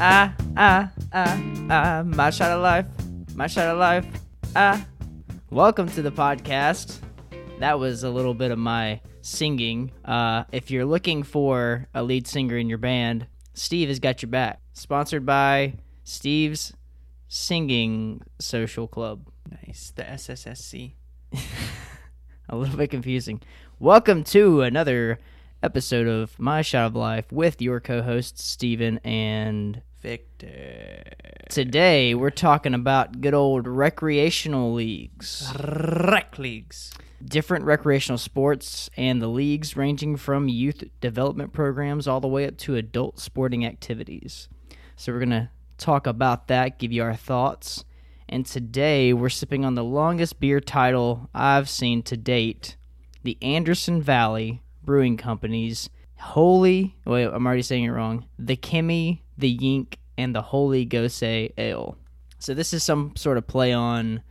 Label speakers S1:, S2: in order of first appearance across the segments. S1: Ah, ah, ah, ah, my shot of life, my shot of life. Ah, welcome to the podcast. That was a little bit of my singing. Uh, if you're looking for a lead singer in your band, Steve has got your back. Sponsored by Steve's Singing Social Club.
S2: Nice. The SSSC.
S1: a little bit confusing. Welcome to another episode of My Shot of Life with your co-hosts Steven and
S2: Victor.
S1: Today we're talking about good old recreational leagues.
S2: Rec leagues.
S1: Different recreational sports and the leagues ranging from youth development programs all the way up to adult sporting activities. So we're going to talk about that, give you our thoughts. And today we're sipping on the longest beer title I've seen to date, the Anderson Valley Brewing Company's Holy, wait, I'm already saying it wrong, the Kimmy, the Yink, and the Holy Gose Ale. So this is some sort of play on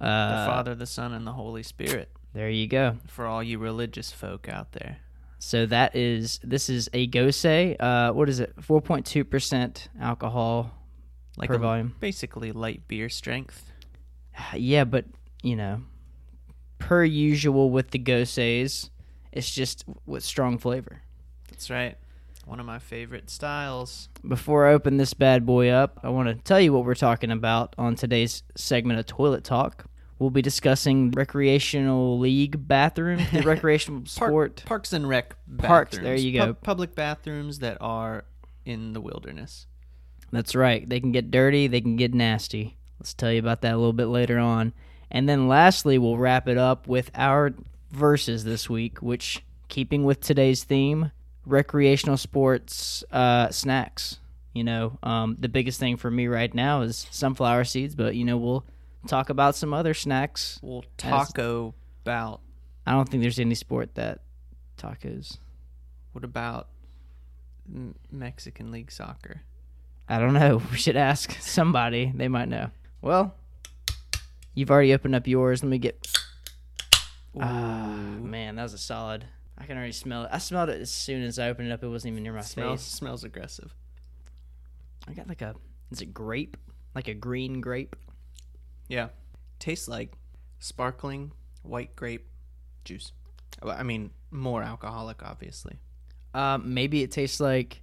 S2: The
S1: uh,
S2: Father, the Son, and the Holy Spirit.
S1: There you go.
S2: For all you religious folk out there.
S1: So that is this is a Gose. Uh, what is it? Four point two percent alcohol
S2: Like
S1: per
S2: a,
S1: volume.
S2: basically light beer strength.
S1: Yeah, but you know, per usual with the Goses, it's just with strong flavor.
S2: That's right. One of my favorite styles.
S1: Before I open this bad boy up, I want to tell you what we're talking about on today's segment of Toilet Talk. We'll be discussing recreational league bathroom, the recreational
S2: Park-
S1: sport.
S2: Parks and rec bathrooms.
S1: Parks, there you go.
S2: Pub- public bathrooms that are in the wilderness.
S1: That's right. They can get dirty, they can get nasty. Let's tell you about that a little bit later on. And then lastly, we'll wrap it up with our verses this week, which, keeping with today's theme, recreational sports uh, snacks. You know, um, the biggest thing for me right now is sunflower seeds, but, you know, we'll talk about some other snacks.
S2: We'll taco about.
S1: I don't think there's any sport that tacos.
S2: What about M- Mexican League soccer?
S1: I don't know. We should ask somebody. They might know. Well, you've already opened up yours. Let me get. Ah, man, that was a solid. I can already smell it. I smelled it as soon as I opened it up. It wasn't even near my
S2: Smells,
S1: face.
S2: smells aggressive.
S1: I got like a. Is it grape? Like a green grape?
S2: Yeah. Tastes like sparkling white grape juice. Well, I mean, more alcoholic, obviously.
S1: Uh, maybe it tastes like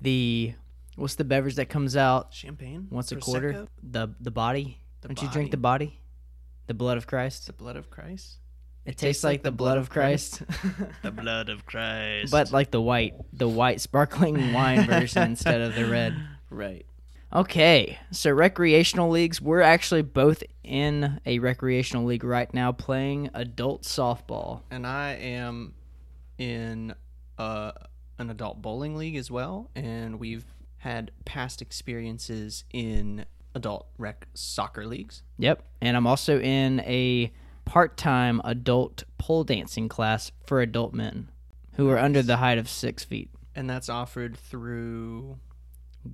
S1: the. What's the beverage that comes out
S2: Champagne?
S1: once a quarter?
S2: Prosecco?
S1: The the body.
S2: The
S1: Don't you drink
S2: body.
S1: the body? The blood of Christ.
S2: The blood of Christ?
S1: It, tastes, like, the blood of Christ.
S2: the blood of Christ.
S1: but like the white, the white sparkling wine version instead of the red.
S2: Right.
S1: Okay, so recreational leagues. We're actually both in a recreational league right now playing adult softball.
S2: And I am in uh, an adult bowling league as well, and we've had past experiences in adult rec soccer leagues.
S1: Yep. And I'm also in a part time adult pole dancing class for adult men who are under the height of six feet.
S2: And that's offered through.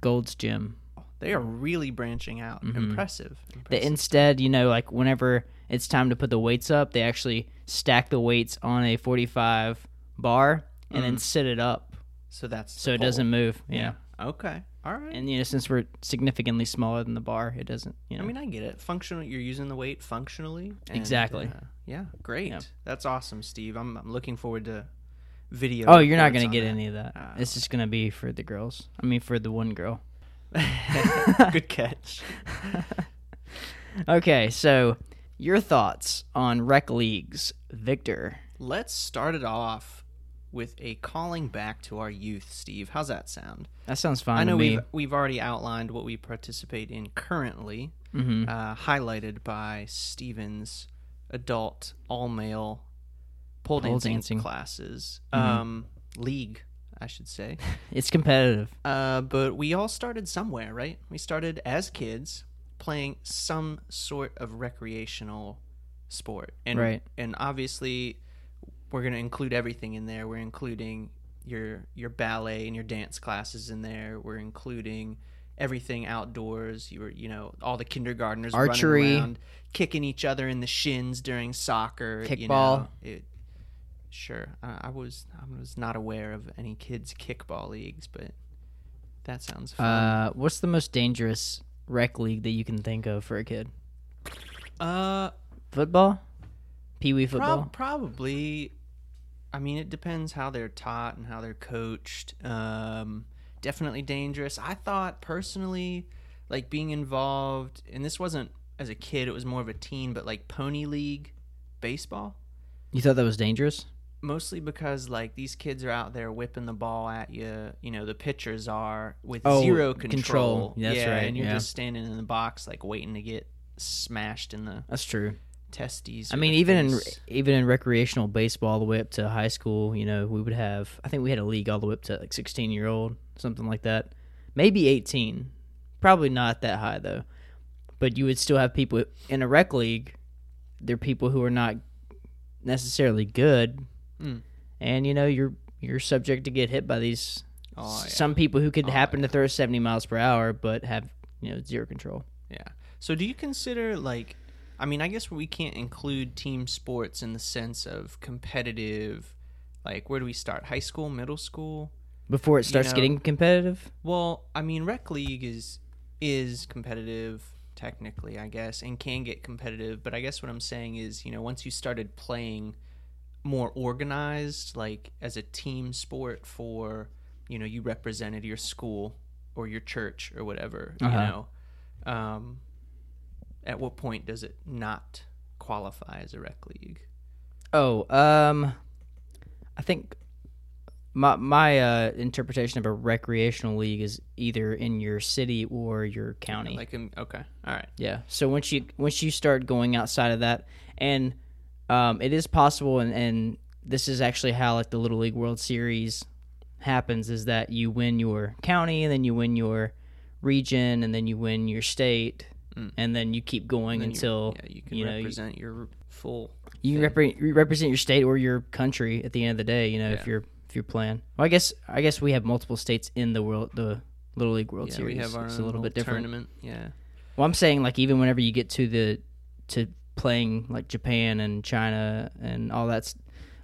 S1: Gold's Gym.
S2: They are really branching out.
S1: Mm-hmm.
S2: Impressive.
S1: That
S2: Impressive.
S1: instead, you know, like whenever it's time to put the weights up, they actually stack the weights on a 45 bar and then sit it up
S2: so that's Mm. the
S1: so it
S2: pole.
S1: doesn't move. yeah.
S2: Okay. All right.
S1: And you know, since we're significantly smaller than the bar, it doesn't. You know,
S2: I mean, I get it. Functional. You're using the weight functionally. and,
S1: Exactly.
S2: uh, yeah. Great. That's awesome, Steve. I'm, I'm looking forward to video.
S1: oh, you're not
S2: reports
S1: gonna
S2: on Ah.
S1: get
S2: that.
S1: any of that. It's just gonna be for the girls. I mean, for the one girl.
S2: Good catch.
S1: Okay, so your thoughts on rec leagues, Victor?
S2: Let's start it off with a calling back to our youth, Steve. How's that sound?
S1: That sounds fine.
S2: I know
S1: to me.
S2: we've we've already outlined what we participate in currently,
S1: Mm-hmm.
S2: uh, highlighted by Steven's adult all male pole, dancing,
S1: dancing. Mm-hmm.
S2: classes um, league, I should say.
S1: it's competitive.
S2: Uh, but we all started somewhere, right? We started as kids playing some sort of recreational sport, and
S1: Right.
S2: and obviously we're going to include everything in there. We're including your your ballet and your dance classes in there. We're including everything outdoors. You were you know all the kindergartners running
S1: Archery.
S2: around, kicking each other in the shins during soccer.
S1: Kickball.
S2: You know, it, uh, Sure, I I was I was not aware of any kids kickball leagues, but That sounds fun.
S1: Uh, what's the most dangerous rec league that you can think of for a kid?
S2: Uh,
S1: Football? Pee wee
S2: prob-
S1: football?
S2: probably. I mean, it depends how they're taught and how they're coached. Um, definitely dangerous. I thought personally, like being involved, and this wasn't as a kid; it was more of a teen, but like pony league baseball.
S1: you thought that was dangerous?
S2: mostly because like these kids are out there whipping the ball at you. You know, the pitchers are with
S1: Oh,
S2: zero
S1: control.
S2: control.
S1: That's
S2: yeah,
S1: right,
S2: and you're
S1: yeah.
S2: just standing in the box like waiting to get smashed in the
S1: That's true.
S2: testes.
S1: I
S2: or
S1: mean,
S2: the
S1: even in
S2: face.
S1: even in recreational baseball, all the way up to high school, you know, we would have. I think we had a league all the way up to like sixteen year old, something like that, maybe eighteen. Probably not that high though, but you would still have people in a rec league. They're people who are not necessarily good,
S2: Mm.
S1: and you know you're you're subject to get hit by these
S2: Oh, yeah.
S1: some people who could happen to throw seventy miles per hour, but have you know zero control.
S2: yeah. So do you consider like? I mean, I guess we can't include team sports in the sense of competitive. Like, where do we start? High school, middle school.
S1: Before it starts
S2: know-
S1: getting competitive,
S2: Well, I mean, rec league is is competitive technically, I guess, and can get competitive. But I guess what I'm saying is, you know, once you started playing more organized, like as a team sport, for you know, you represented your school or your church or whatever,
S1: Uh-huh.
S2: you know. Um, at what point does it not qualify as a rec league?
S1: Oh, um, I think my my uh, interpretation of a recreational league is either in your city or your county.
S2: Like, um, okay, all right,
S1: yeah. So once you once you start going outside of that, and um, it is possible, and and this is actually how like the Little League World Series happens is that you win your county, and then you win your region, and then you win your state, and then you keep going
S2: Hmm. Then you-
S1: until
S2: yeah, you can
S1: you know you-
S2: represent your full
S1: you can repre- you represent your state or your country at the end of the day. You know, if you're if you're playing. Well, I guess I guess we have multiple states in the world, the Little League World
S2: Yeah,
S1: Series.
S2: we have our
S1: it's
S2: own
S1: a little bit different.
S2: tournament. Yeah.
S1: Well, I'm saying like even whenever you get to the to playing like Japan and China and all that's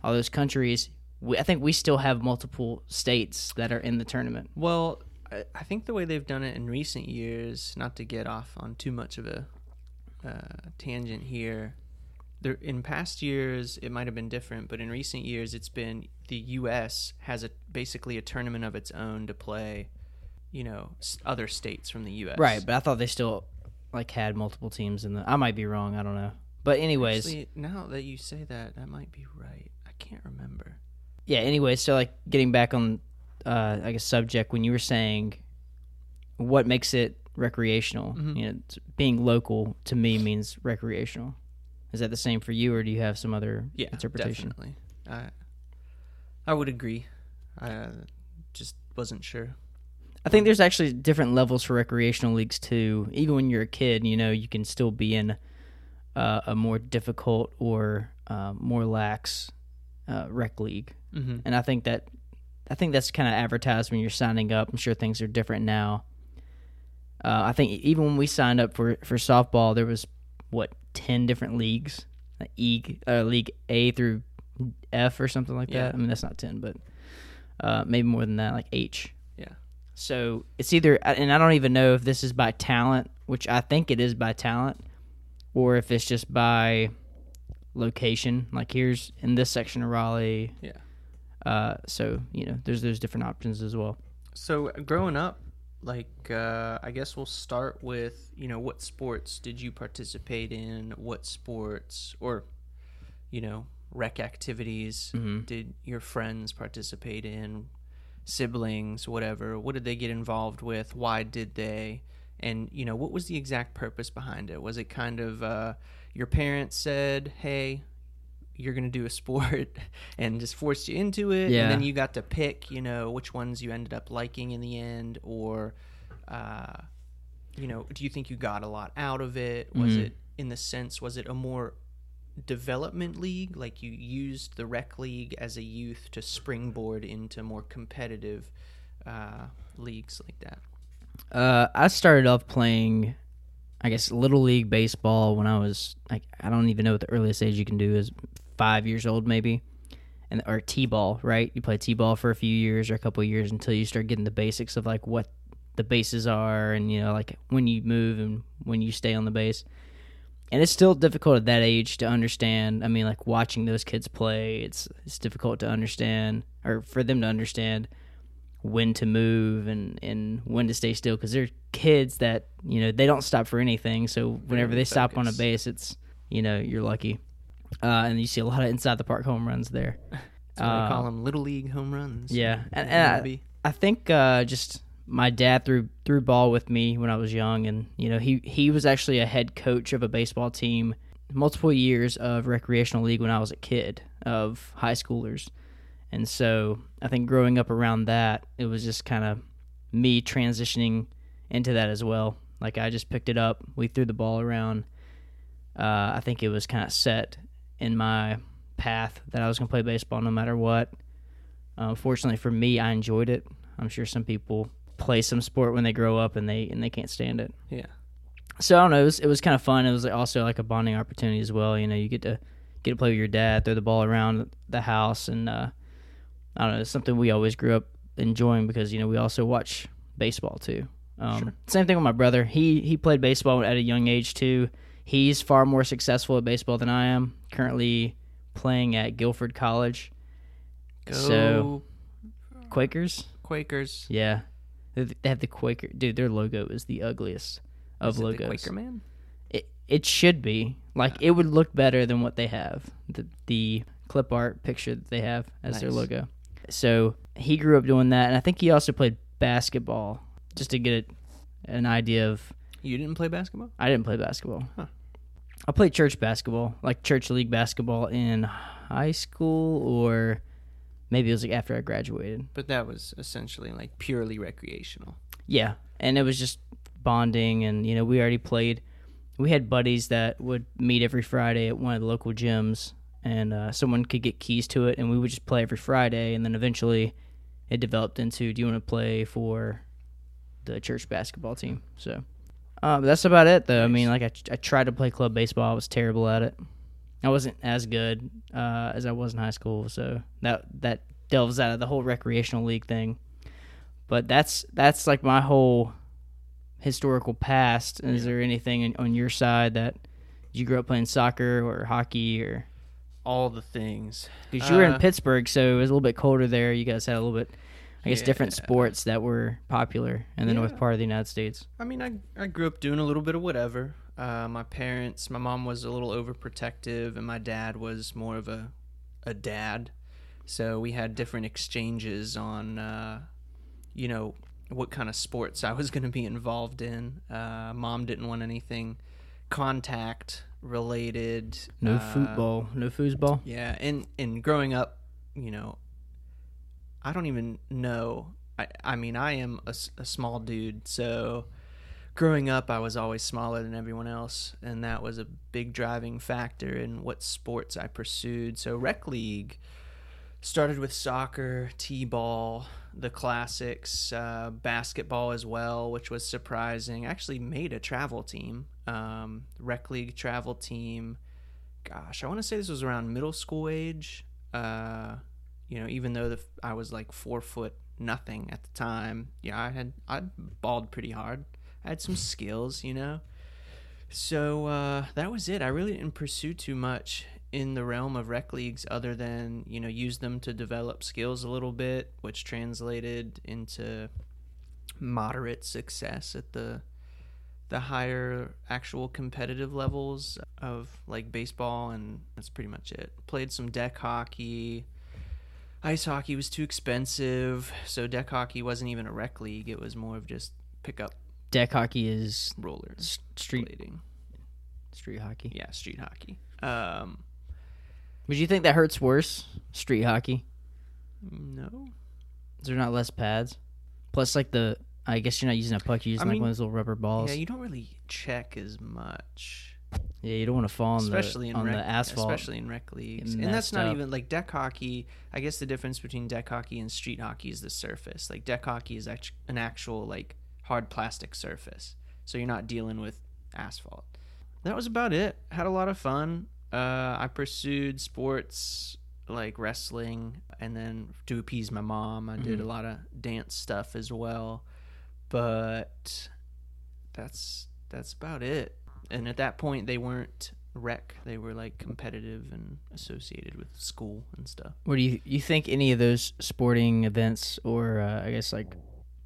S1: all those countries, we, I think we still have multiple states that are in the tournament.
S2: Well, I, I think the way they've done it in recent years, not to get off on too much of a uh, tangent here, there, in past years it might have been different, but in recent years it's been the U.S. has a basically a tournament of its own to play, you know, s- other states from the U.S.
S1: Right, but I thought they still like had multiple teams in the. I might be wrong. I don't know. But anyways,
S2: Actually, now that you say that, that might be right. I can't remember.
S1: yeah anyway so like getting back on uh like a subject when you were saying what makes it recreational
S2: Mm-hmm.
S1: you know it's- being local to me means recreational is that the same for you or do you have some other
S2: yeah,
S1: interpretation
S2: Definitely. I I would agree. I uh, just wasn't sure.
S1: i think there's actually different levels for recreational leagues too even when you're a kid you know you can still be in uh, a more difficult or uh, more lax uh, rec league
S2: Mm-hmm.
S1: and I think that I think that's kind of advertised when you're signing up. I'm sure things are different now. Uh, I think even when we signed up for for softball, there was what ten different leagues, like e, uh, league A through F or something like
S2: Yeah.
S1: that. I mean, that's not ten, but uh, maybe more than that, like H.
S2: Yeah.
S1: So it's either, and I don't even know if this is by talent, which I think it is by talent, or if it's just by location. Like here's in this section of Raleigh,
S2: Yeah.
S1: uh, so you know, there's those different options as well.
S2: So growing up, like uh, I guess we'll start with you know what sports did you participate in? What sports or you know rec activities did your friends participate in? Siblings, whatever. What did they get involved with? Why did they? And you know what was the exact purpose behind it? Was it kind of uh, your parents said, "Hey, you're going to do a sport and just forced you into it
S1: Yeah.
S2: and then you got to pick you know which ones you ended up liking in the end or uh, you know do you think you got a lot out of it was it in the sense was it a more development league like you used the rec league as a youth to springboard into more competitive uh, leagues like that
S1: Uh, I started off playing, I guess, little league baseball when I was like, I don't even know what the earliest age you can do is, five years old maybe, and or t-ball, right? You play t-ball for a few years or a couple of years until you start getting the basics of like what the bases are and you know like when you move and when you stay on the base and it's still difficult at that age to understand i mean like watching those kids play it's it's difficult to understand or for them to understand when to move and and when to stay still because they're kids that you know they don't stop for anything so whenever they stop on a
S2: focused.
S1: base it's you know you're lucky uh, and you see a lot of inside the park home runs there
S2: That's why they
S1: Uh,
S2: call them little league home runs.
S1: yeah, and,
S2: In
S1: and I-
S2: rugby.
S1: I, think uh, just my dad threw threw ball with me when I was young, and you know he he was actually a head coach of a baseball team multiple years of recreational league when I was a kid of high schoolers, and so I think growing up around that, it was just kind of me transitioning into that as well. Like I just picked it up, we threw the ball around. Uh, I think it was kind of set in my path that I was going to play baseball no matter what. Uh, fortunately for me, I enjoyed it. I'm sure some people play some sport when they grow up and they and they can't stand it.
S2: yeah.
S1: So I don't know. It was, it was kind of fun. It was also like a bonding opportunity as well. You know, you get to get to play with your dad, throw the ball around the house, and uh, I don't know. It's something we always grew up enjoying because you know we also watch baseball too. Um, Same thing with my brother. He he played baseball at a young age too. He's far more successful at baseball than I am. Currently playing at Guilford College
S2: Go
S1: So- Quakers.
S2: Quakers.
S1: Yeah, they they have the Quaker dude. Their logo is the ugliest of
S2: Is it
S1: logos.
S2: The Quaker man.
S1: It it should be like it would look better than what they have the the clip art picture that they have as their
S2: Nice.
S1: logo. So he grew up doing that, and I think he also played basketball just to get an idea of.
S2: You didn't play basketball.
S1: I didn't play basketball.
S2: Huh.
S1: I played church basketball, like church league basketball in high school, or maybe it was like after I graduated.
S2: But that was essentially like purely recreational.
S1: Yeah, and it was just bonding, and you know, we already played. We had buddies that would meet every Friday at one of the local gyms, and uh, someone could get keys to it, and we would just play every Friday, and then eventually, it developed into, do you want to play for the church basketball team? So, uh, but that's about it, though. I mean, like I, I tried to play club baseball, I was terrible at it. I wasn't as good uh, as I was in high school, so that that delves out of the whole recreational league thing but that's that's like my whole historical past. Is there anything in, on your side that you grew up playing soccer or hockey or
S2: All the things.
S1: because you were
S2: Uh,
S1: in Pittsburgh, so it was a little bit colder there. You guys had a little bit, I guess, different sports that were popular in the north
S2: Yeah.
S1: part of the United States.
S2: I mean, I, I grew up doing a little bit of whatever. Uh, my parents, my mom was a little overprotective, and my dad was more of a a dad. So we had different exchanges on, uh, you know, what kind of sports I was going to be involved in. Uh, mom didn't want anything contact related.
S1: No
S2: uh,
S1: football, no foosball.
S2: Yeah, and and growing up, you know, I don't even know. I I mean, I am a, s- a small dude, so growing up, I was always smaller than everyone else, and that was a big driving factor in what sports I pursued. So rec league started with soccer, t-ball, the classics, uh, basketball as well, which was surprising. I actually made a travel team, um, rec league travel team gosh, I want to say this was around middle school age. Uh, you know, even though the, I was like four foot nothing at the time, yeah, I had I balled pretty hard. I had some skills, you know. So uh, that was it. I really didn't pursue too much in the realm of rec leagues, other than you know use them to develop skills a little bit, which translated into moderate success at the the higher actual competitive levels of like baseball and that's pretty much it played some deck hockey ice hockey was too expensive so deck hockey wasn't even a rec league it was more of just pick up
S1: Deck hockey is
S2: rollers
S1: s- street
S2: blading
S1: street hockey.
S2: yeah street hockey um
S1: Would you think that hurts worse? Street hockey.
S2: no
S1: Is there not less pads? Plus, like the I guess you're not using a puck. You're using like
S2: mean-
S1: one of those little rubber balls.
S2: yeah you don't really check as much
S1: Yeah, you don't want to fall on
S2: especially
S1: the
S2: in
S1: on
S2: rec,
S1: the asphalt.
S2: especially in rec leagues.
S1: Get
S2: And
S1: messed
S2: that's not
S1: up.
S2: even like deck hockey. I guess the difference between deck hockey and street hockey is the surface. Like deck hockey is act- an actual like hard plastic surface, so you're not dealing with asphalt. That was about it. Had a lot of fun. Uh, I pursued sports like
S1: Mm-hmm.
S2: wrestling, and then to appease my mom, I did a lot of dance stuff as well. but that's that's about it. And at that point, they weren't rec; they were like competitive and associated with school and stuff.
S1: What do you you think any of those sporting events or uh, I guess like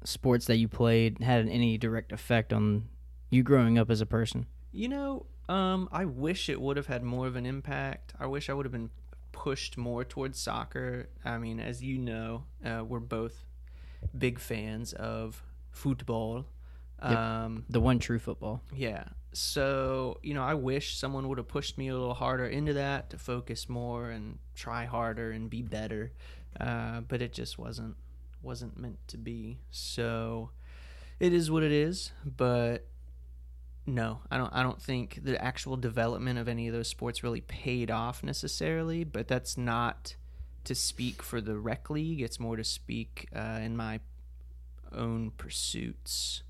S1: sports that you played had any direct effect on you growing up as a person?
S2: You know, um, I wish it would have had more of an impact. I wish I would have been pushed more towards soccer. I mean, as you know, uh, we're both big fans of football.
S1: Yep.
S2: Um,
S1: The one true football.
S2: yeah. So, you know, I wish someone would have pushed me a little harder into that to focus more and try harder and be better. Uh, but it just wasn't wasn't meant to be. So it is what it is, but no, I don't I don't think the actual development of any of those sports really paid off necessarily, but that's not to speak for the rec league. It's more to speak uh, in my own pursuits.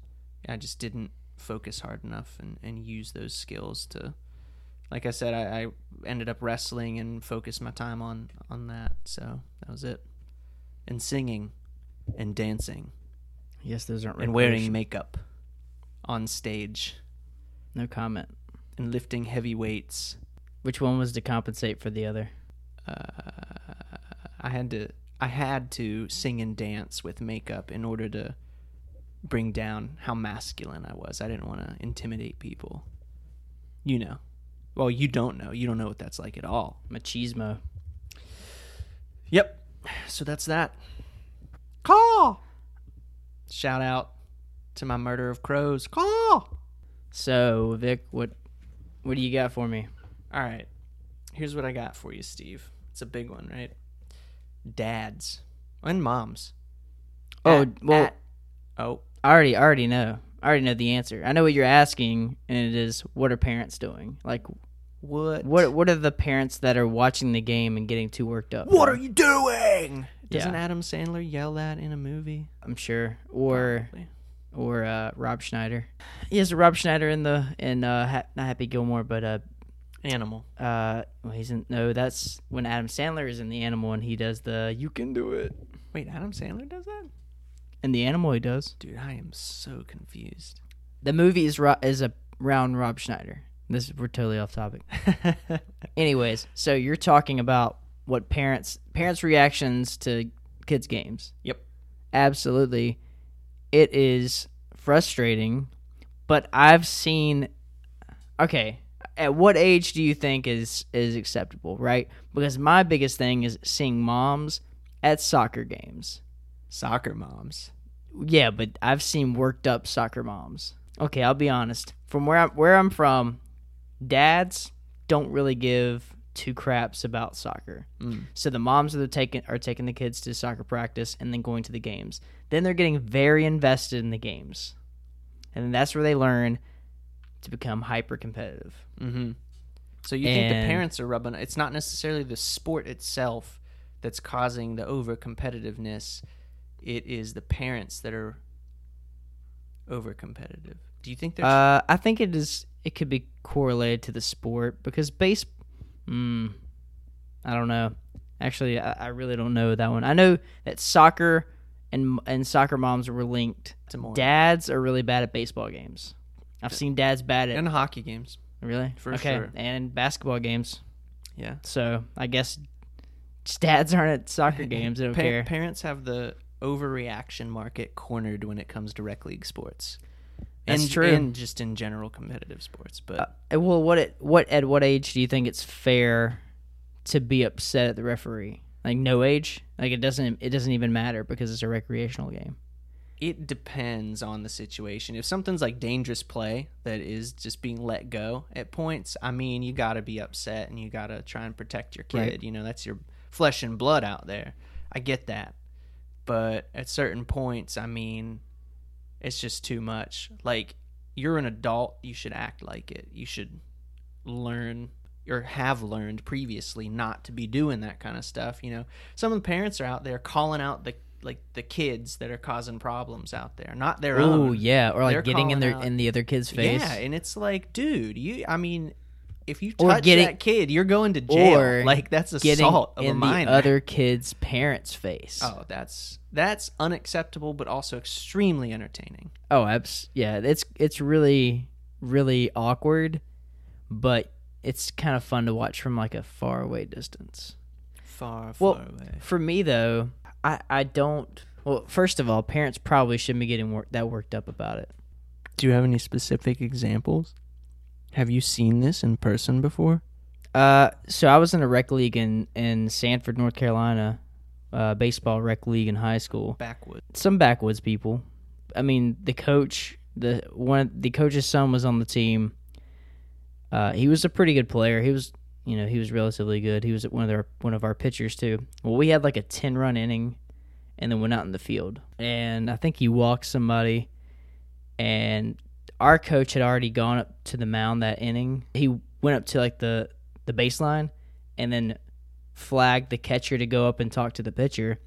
S2: I just didn't focus hard enough and, and use those skills to like I said, I, I ended up wrestling and focused my time on on that. So that was it. And singing and dancing
S1: Yes, those aren't
S2: and wearing
S1: recreation-
S2: makeup on stage
S1: no comment.
S2: and lifting heavy weights.
S1: Which one was to compensate for the other?
S2: I had to I had to sing and dance with makeup in order to bring down how masculine I was. I didn't want to intimidate people. You know. Well, you don't know. You don't know what that's like at all.
S1: Machismo.
S2: Yep. So that's that. Call. Shout out to my murder of crows. Call.
S1: So Vic, what what do you got for me?
S2: All right. Here's what I got for you, Steve. It's a big one, right? Dads and moms.
S1: Oh
S2: At-
S1: well,
S2: at- oh,
S1: I already I already know. I already know the answer. I know what you're asking, and it is what are parents doing? Like
S2: what?
S1: what what are the parents that are watching the game and getting too worked up?
S2: What are you doing? Doesn't
S1: Yeah.
S2: Adam Sandler yell that in a movie?
S1: I'm sure. Or
S2: Probably.
S1: or uh, Rob Schneider. Yes, Rob Schneider in the in uh, ha- not Happy Gilmore, but uh,
S2: Animal.
S1: uh, well, he's in no. That's when Adam Sandler is in the animal and he does the you can do it.
S2: Wait, Adam Sandler does that?
S1: In the animal, he does.
S2: Dude, I am so confused.
S1: The movie is ro- is a round Rob Schneider. This we're totally off topic. Anyways, so you're talking about what parents parents reactions to kids games.
S2: Yep.
S1: Absolutely. It is frustrating, but I've seen okay, at what age do you think is is acceptable, right? Because my biggest thing is seeing moms at soccer games.
S2: Soccer moms.
S1: Yeah, but I've seen worked up soccer moms. Okay, I'll be honest. From where I'm, where I'm from, dads don't really give two craps about soccer.
S2: Mm.
S1: So the moms are taking are taking the kids to soccer practice and then going to the games. Then they're getting very invested in the games, and that's where they learn to become hyper competitive.
S2: Mm-hmm. So you think the
S1: And-
S2: parents are rubbing? It's not necessarily the sport itself that's causing the over competitiveness. It is the parents that are over competitive. Do you think there's?
S1: Uh, I think it is. It could be correlated to the sport because base. Mm, I don't know. Actually, I, I really don't know that one. I know that soccer and and soccer moms were linked.
S2: to more
S1: Dads are really bad at baseball games. I've seen dads bad at
S2: and hockey games.
S1: really
S2: for
S1: okay
S2: sure.
S1: and basketball games.
S2: Yeah,
S1: So I guess just dads aren't at soccer games. They don't
S2: Pa-
S1: care.
S2: parents have the overreaction market cornered when it comes to rec league sports.
S1: That's
S2: and,
S1: true.
S2: And just in general competitive sports, but
S1: Uh, well, what at what at what age do you think it's fair to be upset at the referee? Like no age? Like it doesn't it doesn't even matter because it's a recreational game.
S2: it depends on the situation. If something's like dangerous play that is just being let go at points, I mean, you got to be upset and you got to try and protect your kid.
S1: Right.
S2: You know, that's your flesh and blood out there. I get that. But at certain points, I mean, it's just too much. Like, you're an adult, you should act like it. You should learn or have learned previously not to be doing that kind of stuff you know some of the parents are out there calling out the like the kids that are causing problems out there not their
S1: Oh
S2: own
S1: yeah, or
S2: They're
S1: like getting in
S2: calling
S1: their
S2: out-
S1: in the other kid's face.
S2: yeah and it's like dude you i mean if you
S1: Or
S2: touch
S1: getting-
S2: that kid, you're going to jail.
S1: or
S2: like that's
S1: getting
S2: assault of a
S1: in
S2: minor.
S1: the other kid's parents' face.
S2: oh, that's that's unacceptable, but also extremely entertaining.
S1: Oh, abs- yeah, it's it's really really awkward, but it's kind of fun to watch from like a far away distance.
S2: Far, far
S1: Well,
S2: away.
S1: For me though, I I don't. Well, first of all, parents probably shouldn't be getting wor- that worked up about it.
S2: Do you have any specific examples? Have you seen this in person before?
S1: Uh, so I was in a rec league in in Sanford, North Carolina, uh, baseball rec league in high school.
S2: Backwoods.
S1: Some backwoods people. I mean, the coach, the one, the coach's son was on the team. Uh, he was a pretty good player. He was, you know, he was relatively good. He was one of their one of our pitchers too. Well, we had like a ten run inning, and then went out in the field, and I think he walked somebody, and our coach had already gone up to the mound that inning. He went up to like the the baseline, and then flagged the catcher to go up and talk to the pitcher.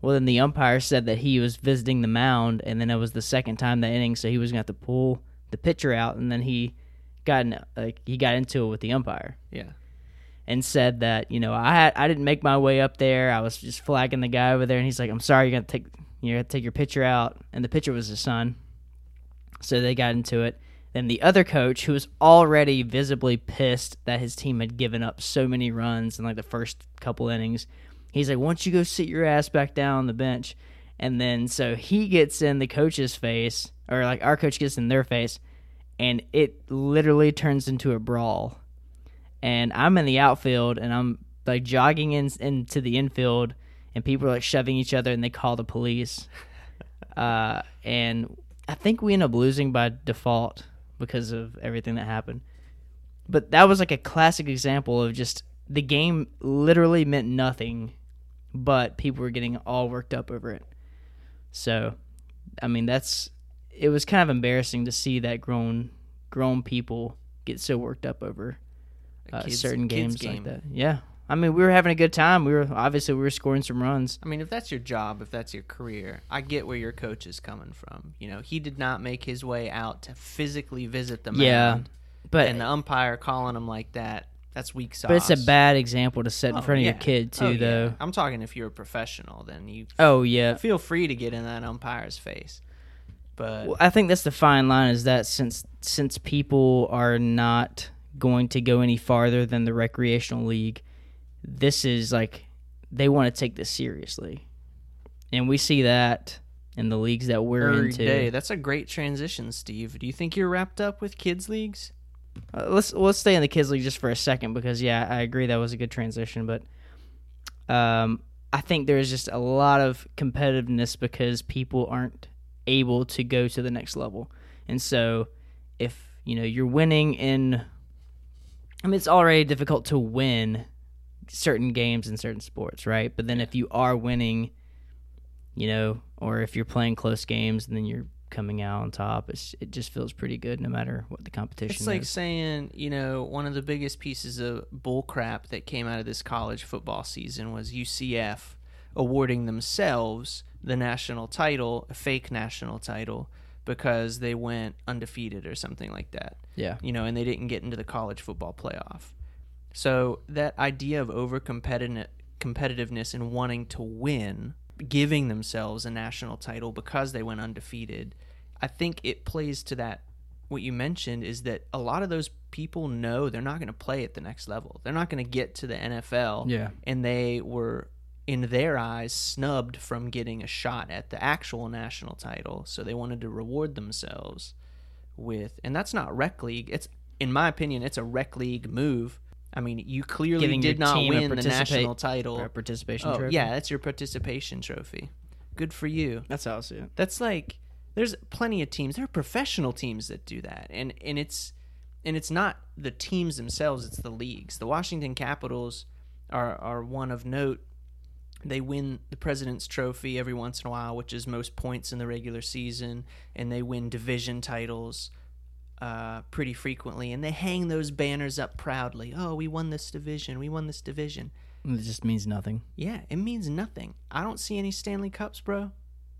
S1: Well, then the umpire said that he was visiting the mound, and then it was the second time that inning, so he was going to have to pull the pitcher out, and then he got in, like he got into it with the umpire
S2: Yeah.
S1: and said that you know I had, I didn't make my way up there, I was just flagging the guy over there, and he's like, I'm sorry, you're gonna take you're gonna take your pitcher out, and the pitcher was his son, so they got into it. Then the other coach, who was already visibly pissed that his team had given up so many runs in like the first couple innings, he's like, "Why don't you go sit your ass back down on the bench?" And then so he gets in the coach's face, or like our coach gets in their face, and it literally turns into a brawl. And I'm in the outfield, and I'm like jogging in into the infield, and people are like shoving each other, and they call the police. Uh, and I think we end up losing by default because of everything that happened. But that was like a classic example of just the game literally meant nothing, but people were getting all worked up over it. So, I mean, that's it was kind of embarrassing to see that grown grown people get so worked up over uh,
S2: Kids-
S1: certain games
S2: kids
S1: like
S2: game.
S1: that. Yeah. I mean, we were having a good time. We were obviously we were scoring some runs.
S2: I mean, if that's your job, if that's your career, I get where your coach is coming from. You know, he did not make his way out to physically visit the mound.
S1: Yeah. But
S2: and the umpire calling him like that, that's weak sauce.
S1: But it's a bad example to set in
S2: Oh,
S1: front of
S2: yeah.
S1: your kid too,
S2: Oh, yeah.
S1: though.
S2: I'm talking if you're a professional, then you
S1: Oh yeah.
S2: feel free to get in that umpire's face. But
S1: Well, I think that's the fine line is that since since people are not going to go any farther than the recreational league, this is like they want to take this seriously, and we see that in the leagues that we're
S2: every
S1: into.
S2: day, that's a great transition, Steve. Do you think you're wrapped up with kids leagues?
S1: Uh, let's let's stay in the kids league just for a second because yeah, I agree that was a good transition, but um, I think there's just a lot of competitiveness because people aren't able to go to the next level, and so if you know you're winning in, I mean it's already difficult to win certain games in certain sports, right? But then if you are winning, you know, or if you're playing close games and then you're coming out on top, it's, it just feels pretty good no matter what the competition
S2: It's like
S1: is.
S2: saying, you know, one of the biggest pieces of bullcrap that came out of this college football season was UCF awarding themselves the national title, a fake national title, because they went undefeated or something like that.
S1: Yeah.
S2: you know, and they didn't get into the college football playoff. So that idea of over competitiveness and wanting to win, giving themselves a national title because they went undefeated, I think it plays to that. What you mentioned is that a lot of those people know they're not going to play at the next level. They're not going to get to the NFL.
S1: Yeah.
S2: And they were, in their eyes, snubbed from getting a shot at the actual national title. So they wanted to reward themselves with and that's not rec league it's in my opinion it's a rec league move i mean you clearly
S1: Giving your
S2: did not
S1: team a
S2: win the
S1: participa-
S2: national title
S1: a participation
S2: oh,
S1: trophy.
S2: yeah that's your participation trophy good for you
S1: that's how I see it.
S2: that's like there's plenty of teams there are professional teams that do that and and it's and it's not the teams themselves it's the leagues the washington capitals are are one of note they win the president's trophy every once in a while which is most points in the regular season and they win division titles uh, pretty frequently and they hang those banners up proudly oh we won this division we won this division
S1: It just means nothing.
S2: yeah it means nothing i don't see any stanley cups bro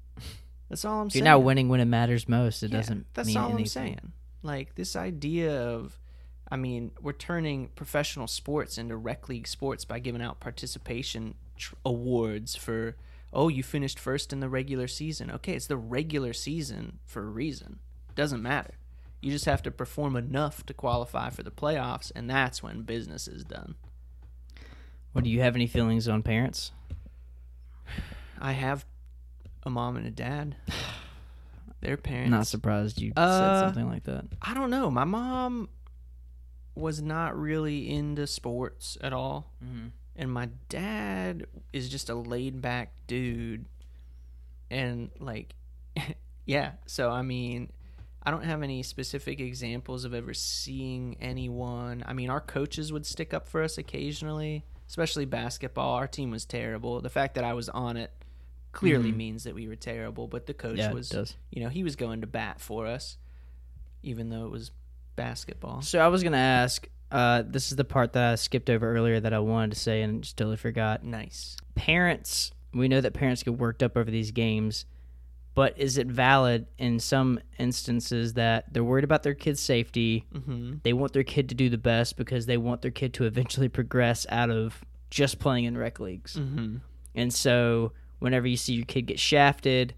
S2: that's all i'm
S1: If
S2: saying
S1: you're not winning when it matters most, it
S2: yeah,
S1: doesn't
S2: That's
S1: mean
S2: all
S1: anything.
S2: I'm saying. Like this idea of I mean, we're turning professional sports into rec league sports by giving out participation tr- awards for, oh, you finished first in the regular season. Okay, it's the regular season for a reason. Doesn't matter. You just have to perform enough to qualify for the playoffs, and that's when business is done.
S1: Well, do you have any feelings on parents?
S2: I have a mom and a dad. Their parents.
S1: Not surprised you
S2: Uh,
S1: said something like that.
S2: I don't know. My mom was not really into sports at all.
S1: Mhm.
S2: And my dad is just a laid back dude. And, like, yeah. So, I mean, I don't have any specific examples of ever seeing anyone. I mean, our coaches would stick up for us occasionally, especially basketball. Our team was terrible. The fact that I was on it clearly means that we were terrible, but the coach
S1: Mm-hmm. Yeah,
S2: was
S1: it does.
S2: you know, he was going to bat for us, even though it was basketball.
S1: So I was gonna ask. Uh, this is the part that I skipped over earlier that I wanted to say and just totally forgot.
S2: Nice.
S1: Parents, we know that parents get worked up over these games, but is it valid in some instances that they're worried about their kid's safety?
S2: hmm
S1: They want their kid to do the best because they want their kid to eventually progress out of just playing in rec leagues.
S2: hmm
S1: And so, whenever you see your kid get shafted,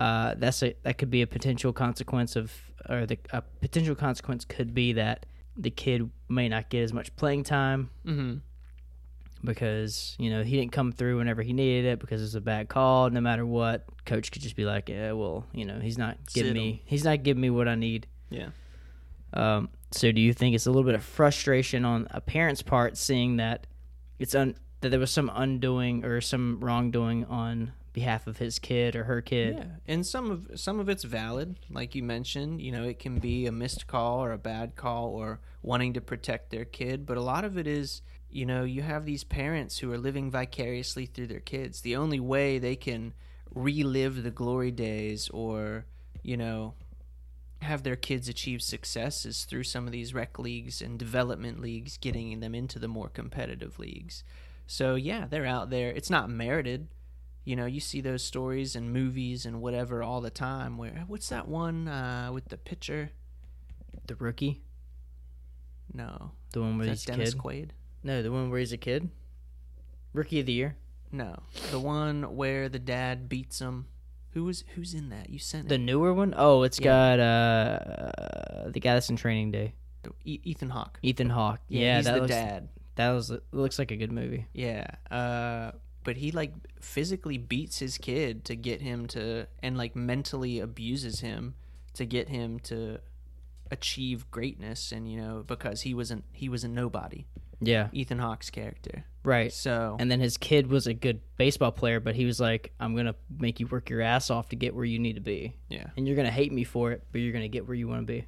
S1: uh, that's a that could be a potential consequence of, or the a potential consequence could be that the kid may not get as much playing time
S2: hmm
S1: because you know he didn't come through whenever he needed it because it's a bad call. No matter what, coach could just be like, yeah, well, you know, he's not giving
S2: Sit
S1: me he's not giving me what I need.
S2: Yeah.
S1: Um, so do you think it's a little bit of frustration on a parent's part seeing that it's un- that there was some undoing or some wrongdoing on behalf of his kid or her kid?
S2: Yeah. And some of some of it's valid, like you mentioned. You know, it can be a missed call or a bad call or wanting to protect their kid, but a lot of it is, you know, you have these parents who are living vicariously through their kids. The only way they can relive the glory days or, you know, have their kids achieve success is through some of these rec leagues and development leagues, getting them into the more competitive leagues. So yeah, they're out there. It's not merited. You know, you see those stories in movies and whatever all the time. Where what's that one uh, with the pitcher?
S1: The rookie,
S2: No,
S1: the one where
S2: is
S1: he's
S2: that
S1: a
S2: Dennis
S1: kid.
S2: Quaid?
S1: no, the one where he's a kid. Rookie of the year.
S2: No, the one where the dad beats him. Who was who's in that? You sent
S1: The
S2: it.
S1: newer one? Oh, it's got uh the guy that's in Training Day,
S2: E- Ethan Hawke.
S1: Ethan Hawke. Yeah,
S2: he's
S1: that
S2: the
S1: looks
S2: dad.
S1: that was looks like a good movie.
S2: Yeah. Uh, but he like physically beats his kid to get him to, and like mentally abuses him to get him to achieve greatness. And you know because he wasn't he was a nobody.
S1: Yeah,
S2: Ethan Hawke's character.
S1: right.
S2: So
S1: and then his kid was a good baseball player, but he was like, "I'm gonna make you work your ass off to get where you need to be,
S2: yeah.
S1: and you're gonna hate me for it, but you're gonna get where you want to be."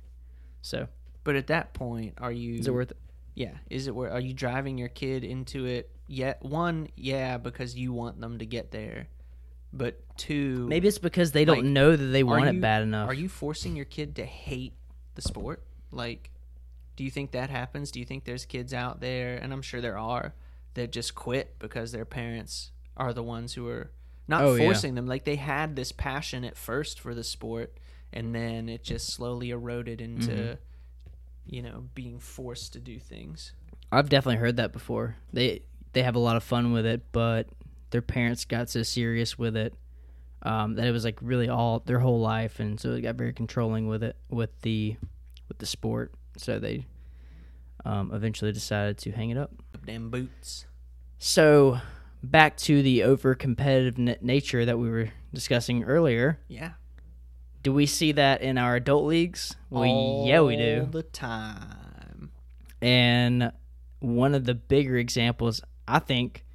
S1: So
S2: But at that point, are you?
S1: is it worth? It?
S2: yeah. Is it where are you driving your kid into it? Yet one, yeah, because you want them to get there. But two,
S1: Maybe it's because they don't
S2: Like,
S1: know that they want
S2: you-
S1: it bad enough.
S2: Are you forcing your kid to hate the sport? Like, do you think that happens? Do you think there's kids out there, and I'm sure there are, that just quit because their parents are the ones who are not
S1: Oh, yeah.
S2: forcing them? Like, they had this passion at first for the sport, and then it just slowly eroded into,
S1: Mm-hmm.
S2: you know, being forced to do things.
S1: I've definitely heard that before. They they have a lot of fun with it, but their parents got so serious with it um, that it was like really all their whole life, and so it got very controlling with it with the with the sport. So they um, eventually decided to hang it up.
S2: Damn boots.
S1: So, back to the over competitive n- nature that we were discussing earlier.
S2: Yeah.
S1: Do we see that in our adult leagues? Well, yeah, we do.
S2: All the time.
S1: And one of the bigger examples, I think,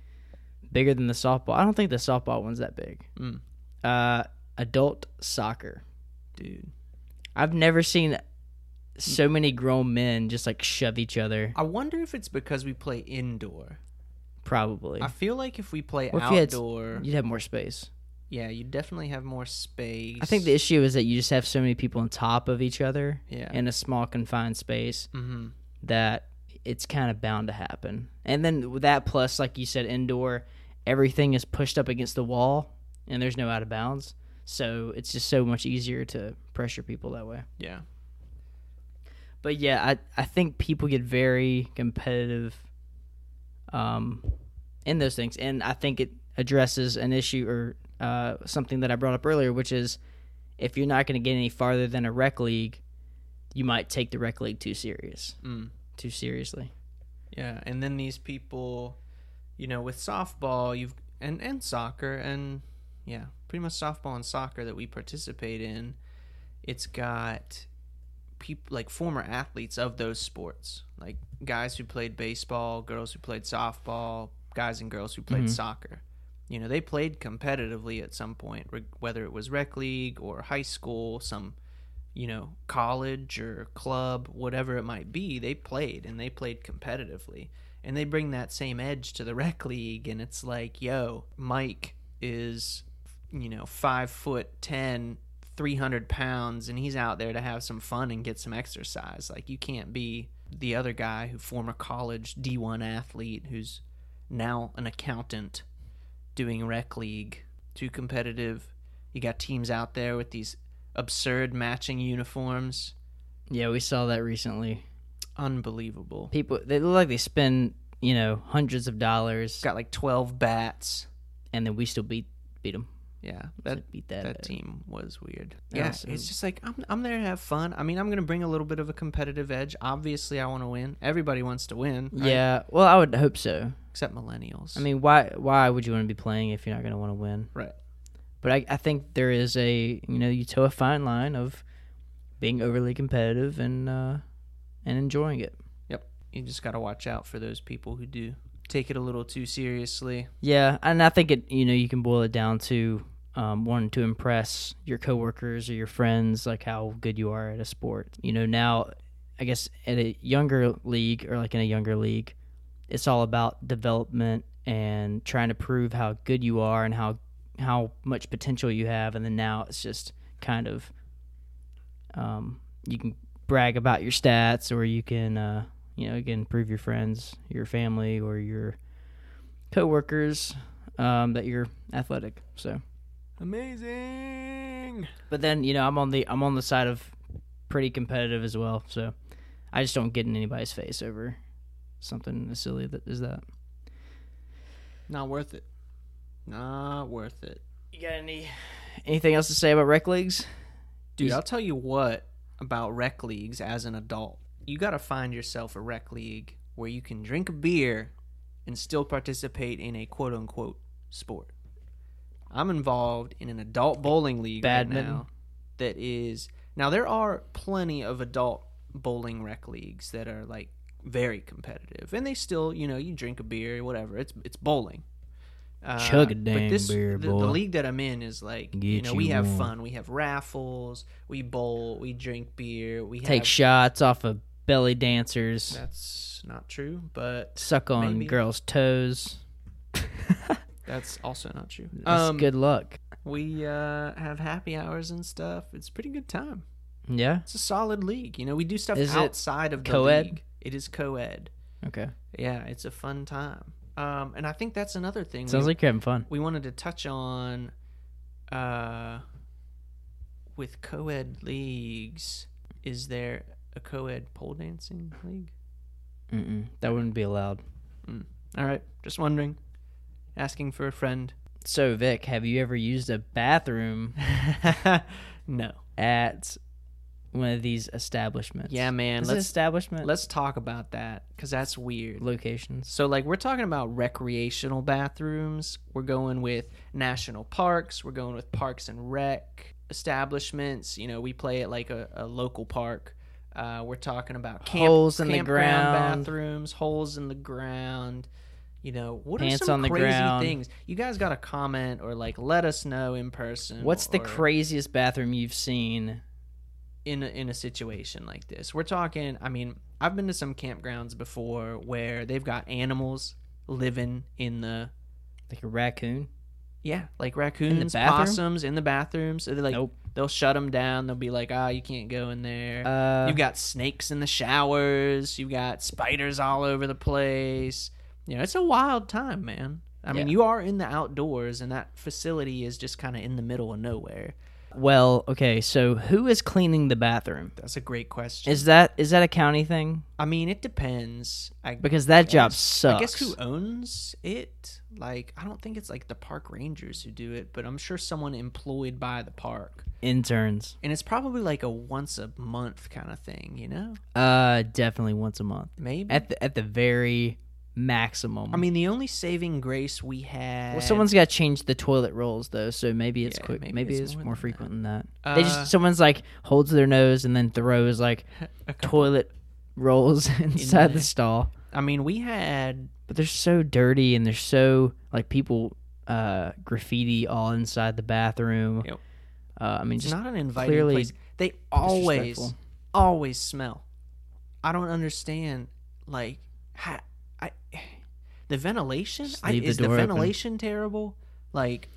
S1: bigger than the softball. I don't think the softball one's that big.
S2: Mm.
S1: Uh, adult soccer.
S2: Dude.
S1: I've never seen
S2: Mm.
S1: so many grown men just like shove each other.
S2: I wonder if it's because we play indoor.
S1: Probably,
S2: I feel like if we play
S1: Or if you had s-
S2: outdoor,
S1: you'd have more space.
S2: yeah, you definitely have more space.
S1: I think the issue is that you just have so many people on top of each other
S2: yeah,
S1: in a small confined space.
S2: hmm
S1: that it's kind of bound to happen. And then with that plus, like you said, indoor, everything is pushed up against the wall, and there's no out of bounds. So it's just so much easier to pressure people that way.
S2: yeah,
S1: But yeah, I, I think people get very competitive um, in those things. And I think it addresses an issue or uh, something that I brought up earlier, which is if you're not going to get any farther than a rec league, you might take the rec league too serious,
S2: Mm.
S1: too seriously.
S2: Yeah, and then these people, you know, with softball, you've and and soccer and yeah, pretty much softball and soccer that we participate in, it's got people like former athletes of those sports, like guys who played baseball, girls who played softball, guys and girls who played
S1: Mhm.
S2: soccer. You know, they played competitively at some point, reg- whether it was rec league or high school, some you know, college or club, whatever it might be, they played and they played competitively. And they bring that same edge to the rec league and it's like, yo, Mike is, you know, five foot ten, three hundred pounds, and he's out there to have some fun and get some exercise. Like you can't be the other guy who former college D one athlete who's now an accountant doing rec league. Too competitive. You got teams out there with these absurd matching uniforms.
S1: Yeah, we saw that recently.
S2: Unbelievable.
S1: People, they look like they spend, you know, hundreds of dollars
S2: Got like 12 bats.
S1: and then we still beat beat them.
S2: Yeah, that
S1: beat that.
S2: that
S1: bad.
S2: team was weird.
S1: Yeah,
S2: Yeah,
S1: so-
S2: it's just like I'm I'm there to have fun. I mean, I'm going to bring a little bit of a competitive edge. Obviously, I want to win. Everybody wants to win, right?
S1: Yeah, well, I would hope so.
S2: except millennials.
S1: I mean, why why would you want to be playing if you're not going to want to win?
S2: Right.
S1: But I, I think there is a you know you toe a fine line of being overly competitive and uh, and enjoying it.
S2: you just got to watch out for those people who do take it a little too seriously.
S1: Yeah, and I think it you know you can boil it down to um, wanting to impress your coworkers or your friends, like how good you are at a sport. You know, now I guess at a younger league or like in a younger league, it's all about development and trying to prove how good you are and how how much potential you have. And then now it's just kind of um, you can brag about your stats or you can uh, you know again prove your friends, your family, or your coworkers um, that you're athletic. So,
S2: Amazing.
S1: but then you know I'm on the I'm on the side of pretty competitive as well. So I just don't get in anybody's face over something as silly that is that.
S2: Not worth it. Not worth it.
S1: You got any anything else to say about rec leagues?
S2: Dude,
S1: Is-
S2: I'll tell you what about rec leagues as an adult. You got to find yourself a rec league where you can drink a beer and still participate in a quote unquote sport. I'm involved in an adult bowling league right
S1: Badminton?
S2: now that is now there are plenty of adult bowling rec leagues that are like very competitive and they still, you know, you drink a beer, whatever. It's it's bowling. Uh,
S1: Chug a
S2: but
S1: dang
S2: this-
S1: beer,
S2: the, the
S1: boy.
S2: league that I'm in is like you
S1: Get
S2: know
S1: you
S2: we have
S1: one.
S2: fun. We have raffles. We bowl. We drink beer. We
S1: Take
S2: have,
S1: shots off of belly dancers,
S2: That's not true, but
S1: suck on
S2: maybe.
S1: girls' toes.
S2: that's also not true.
S1: That's
S2: Um,
S1: good luck.
S2: We uh, have happy hours and stuff. It's a pretty good time.
S1: Yeah.
S2: It's a solid league. You know, we do stuff
S1: Is it
S2: outside of the
S1: co-ed?
S2: league. It is co-ed.
S1: Okay.
S2: Yeah, it's a fun time. Um, and I think that's another thing.
S1: Sounds
S2: we,
S1: like you're having fun.
S2: we wanted to touch on uh, with co-ed leagues is there a co-ed pole dancing league
S1: Mm-mm, that wouldn't be allowed.
S2: all right just wondering asking for a friend
S1: So, Vic, have you ever used a bathroom
S2: no
S1: at one of these establishments.
S2: yeah man
S1: Is it
S2: let's
S1: establishment
S2: let's talk about that because that's weird
S1: locations.
S2: So like we're talking about recreational bathrooms. We're going with national parks. We're going with parks and rec establishments. You know, we play at like a, a local park. Uh, we're talking about camp,
S1: Holes in the
S2: campground
S1: ground.
S2: bathrooms, holes in the ground. You know, what
S1: Pants
S2: are some
S1: on the
S2: crazy
S1: ground.
S2: things? You guys got to comment or like let us know in person.
S1: What's the
S2: or-
S1: craziest bathroom you've seen?
S2: in a, in a situation like this. We're talking. I mean, I've been to some campgrounds before where they've got animals living in the
S1: Like a raccoon?
S2: yeah, like raccoons,
S1: bathroom?
S2: possums in the bathrooms. So they're like
S1: Nope.
S2: they'll shut them down. They'll be like, ah, you can't go in there.
S1: Uh,
S2: You've got snakes in the showers. You've got spiders all over the place. You know, it's a wild time, man. I mean,
S1: Yeah.
S2: you are in the outdoors, and that facility is just kind of in the middle of nowhere.
S1: Well, okay, so who is cleaning the bathroom?
S2: That's a great question.
S1: Is that is that a county thing?
S2: I mean, it depends. I
S1: Because that job sucks.
S2: I guess who owns it? Like, I don't think it's like the park rangers who do it, but I'm sure someone employed by the park.
S1: interns.
S2: And it's probably like a once a month kind of thing, you know?
S1: Uh, definitely once a month
S2: Maybe.
S1: at the at the very maximum.
S2: I mean, the only saving grace we had.
S1: well, someone's got to change the toilet rolls though, so maybe it's
S2: Yeah,
S1: quick. Maybe,
S2: maybe
S1: it's,
S2: it's
S1: more,
S2: more than that.
S1: frequent than that. they
S2: Uh,
S1: just someone's like holds their nose and then throws like toilet rolls inside the
S2: there.
S1: stall.
S2: I mean, we had.
S1: But they're so dirty and they're so like people uh graffiti all inside the bathroom.
S2: Yep.
S1: Uh, I mean,
S2: It's
S1: just
S2: not an inviting
S1: clearly
S2: place. They always,
S1: disrespectful.
S2: always smell. I don't understand. Like, ha, I, the ventilation
S1: Just
S2: I,
S1: leave the
S2: is the,
S1: door open.
S2: ventilation terrible? Like,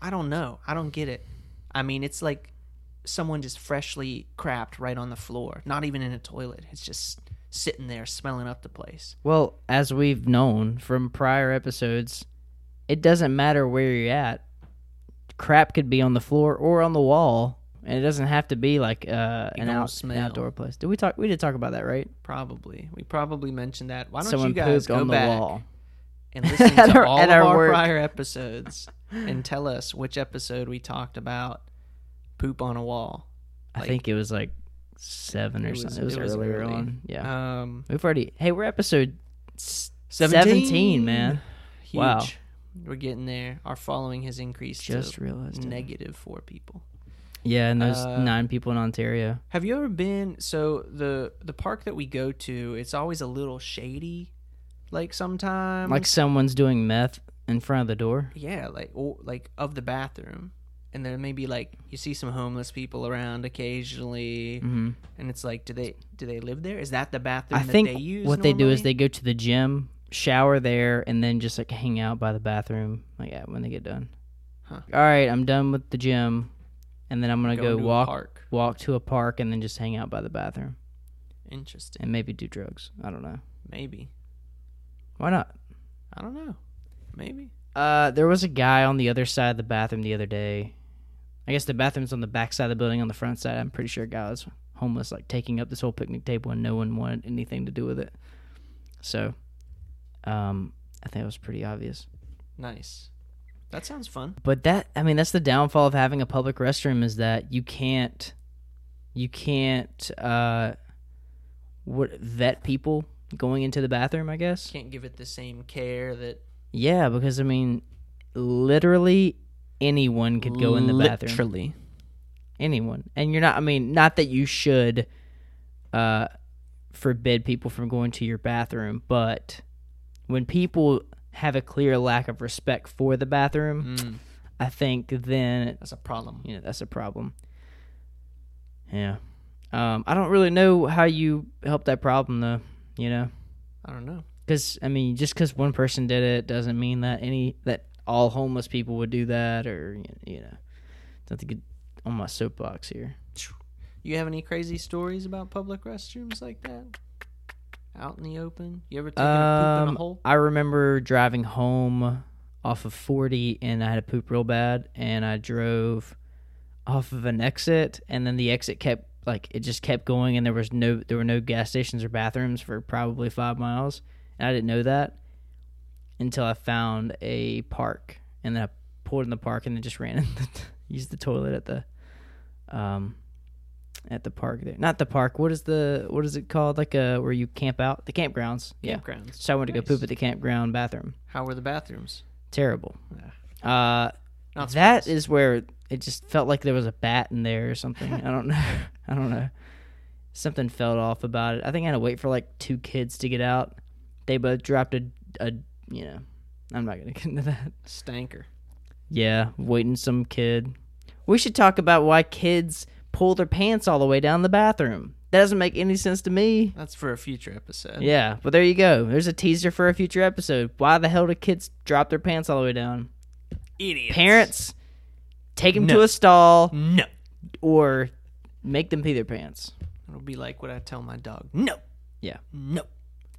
S2: I don't know. I don't get it. I mean, it's like someone just freshly crapped right on the floor. Not even in a toilet. It's just sitting there smelling up the place.
S1: Well, as we've known from prior episodes, it doesn't matter where you're at. Crap could be on the floor or on the wall, and it doesn't have to be like uh, an,
S2: don't
S1: out,
S2: smell.
S1: an outdoor place. Did we talk? We did talk about that, right?
S2: Probably. We probably mentioned that. Why don't
S1: Someone
S2: you guys
S1: pooped
S2: go
S1: on the
S2: back
S1: wall.
S2: and listen
S1: At
S2: to
S1: our-
S2: all
S1: at
S2: of
S1: our
S2: our,
S1: work.
S2: prior episodes and tell us which episode we talked about poop on a wall.
S1: I
S2: Like,
S1: think it was like seven or
S2: it was-
S1: something. It was,
S2: it was
S1: earlier
S2: early.
S1: on. Yeah,
S2: Um,
S1: we've already. Hey, we're episode s-
S2: 17.
S1: seventeen, man.
S2: huge.
S1: Wow.
S2: We're getting there. Our following has increased
S1: Just
S2: to
S1: realized. it.
S2: negative four people.
S1: Yeah, and those
S2: Uh,
S1: nine people in Ontario.
S2: Have you ever been so the the park that we go to? It's always a little shady, like sometimes
S1: Like someone's doing meth in front of the door.
S2: yeah like or like of the bathroom and there may be like you see some homeless people around occasionally
S1: Mm-hmm.
S2: and it's like do they do they live there is that the bathroom
S1: I
S2: that
S1: think
S2: they use
S1: what they do is
S2: normally?
S1: they go to the gym, shower there, and then just like hang out by the bathroom, like yeah, when they get done.
S2: Huh.
S1: All right, I'm done with the gym, and then I'm gonna
S2: Go
S1: go
S2: to a
S1: walk
S2: park
S1: walk to a park and then just hang out by the bathroom
S2: interesting
S1: and maybe do drugs. I don't know.
S2: maybe
S1: Why not?
S2: i don't know maybe
S1: Uh, there was a guy on the other side of the bathroom the other day. I guess the bathroom's on the back side of the building. On the front side, I'm pretty sure a guy was homeless, like taking up this whole picnic table, and no one wanted anything to do with it. So, um, I think it was pretty obvious.
S2: nice that sounds fun
S1: but that i mean that's the downfall of having a public restroom is that you can't you can't uh what vet people going into the bathroom i guess
S2: can't give it the same care that
S1: yeah because i mean literally anyone could go in the bathroom
S2: literally
S1: anyone and you're not i mean not that you should uh forbid people from going to your bathroom but when people have a clear lack of respect for the bathroom
S2: Mm,
S1: i think then
S2: that's a problem
S1: you know that's a problem yeah um i don't really know how you help that problem though you know
S2: i don't know
S1: because i mean just because one person did it doesn't mean that any that all homeless people would do that or you know don't think it on my soapbox here
S2: you have any crazy stories about public restrooms like that out in the open you ever taken a poop in
S1: Um,
S2: a hole
S1: I remember driving home off of 40 and I had a poop real bad and I drove off of an exit and then the exit kept like it just kept going and there was no there were no gas stations or bathrooms for probably 5 miles and I didn't know that until I found a park and then I pulled in the park and then just ran in the used the toilet at the um at the park there. Not the park. What is the what is it called? Like uh where you camp out? The campgrounds. Yeah.
S2: campgrounds
S1: So I went to
S2: Nice.
S1: go poop at the campground bathroom.
S2: how were the bathrooms
S1: Terrible.
S2: Ah.
S1: Uh,
S2: Not
S1: that
S2: surprised.
S1: is where it just felt like there was a bat in there or something. I don't know. I don't know. Something felt off about it. I think I had to wait for like two kids to get out. They both dropped a, a you know, I'm not gonna get into that.
S2: stanker
S1: Yeah, waiting some kid. We should talk about why kids pull their pants all the way down the bathroom. That doesn't make any sense to me.
S2: That's for a future episode.
S1: Yeah, but there you go. There's a teaser for a future episode. Why the hell do kids drop their pants all the way down?
S2: Idiots.
S1: Parents, take them to
S2: No.
S1: a stall
S2: No.
S1: or make them pee their pants.
S2: It'll be like what I tell my dog. No.
S1: Yeah.
S2: No.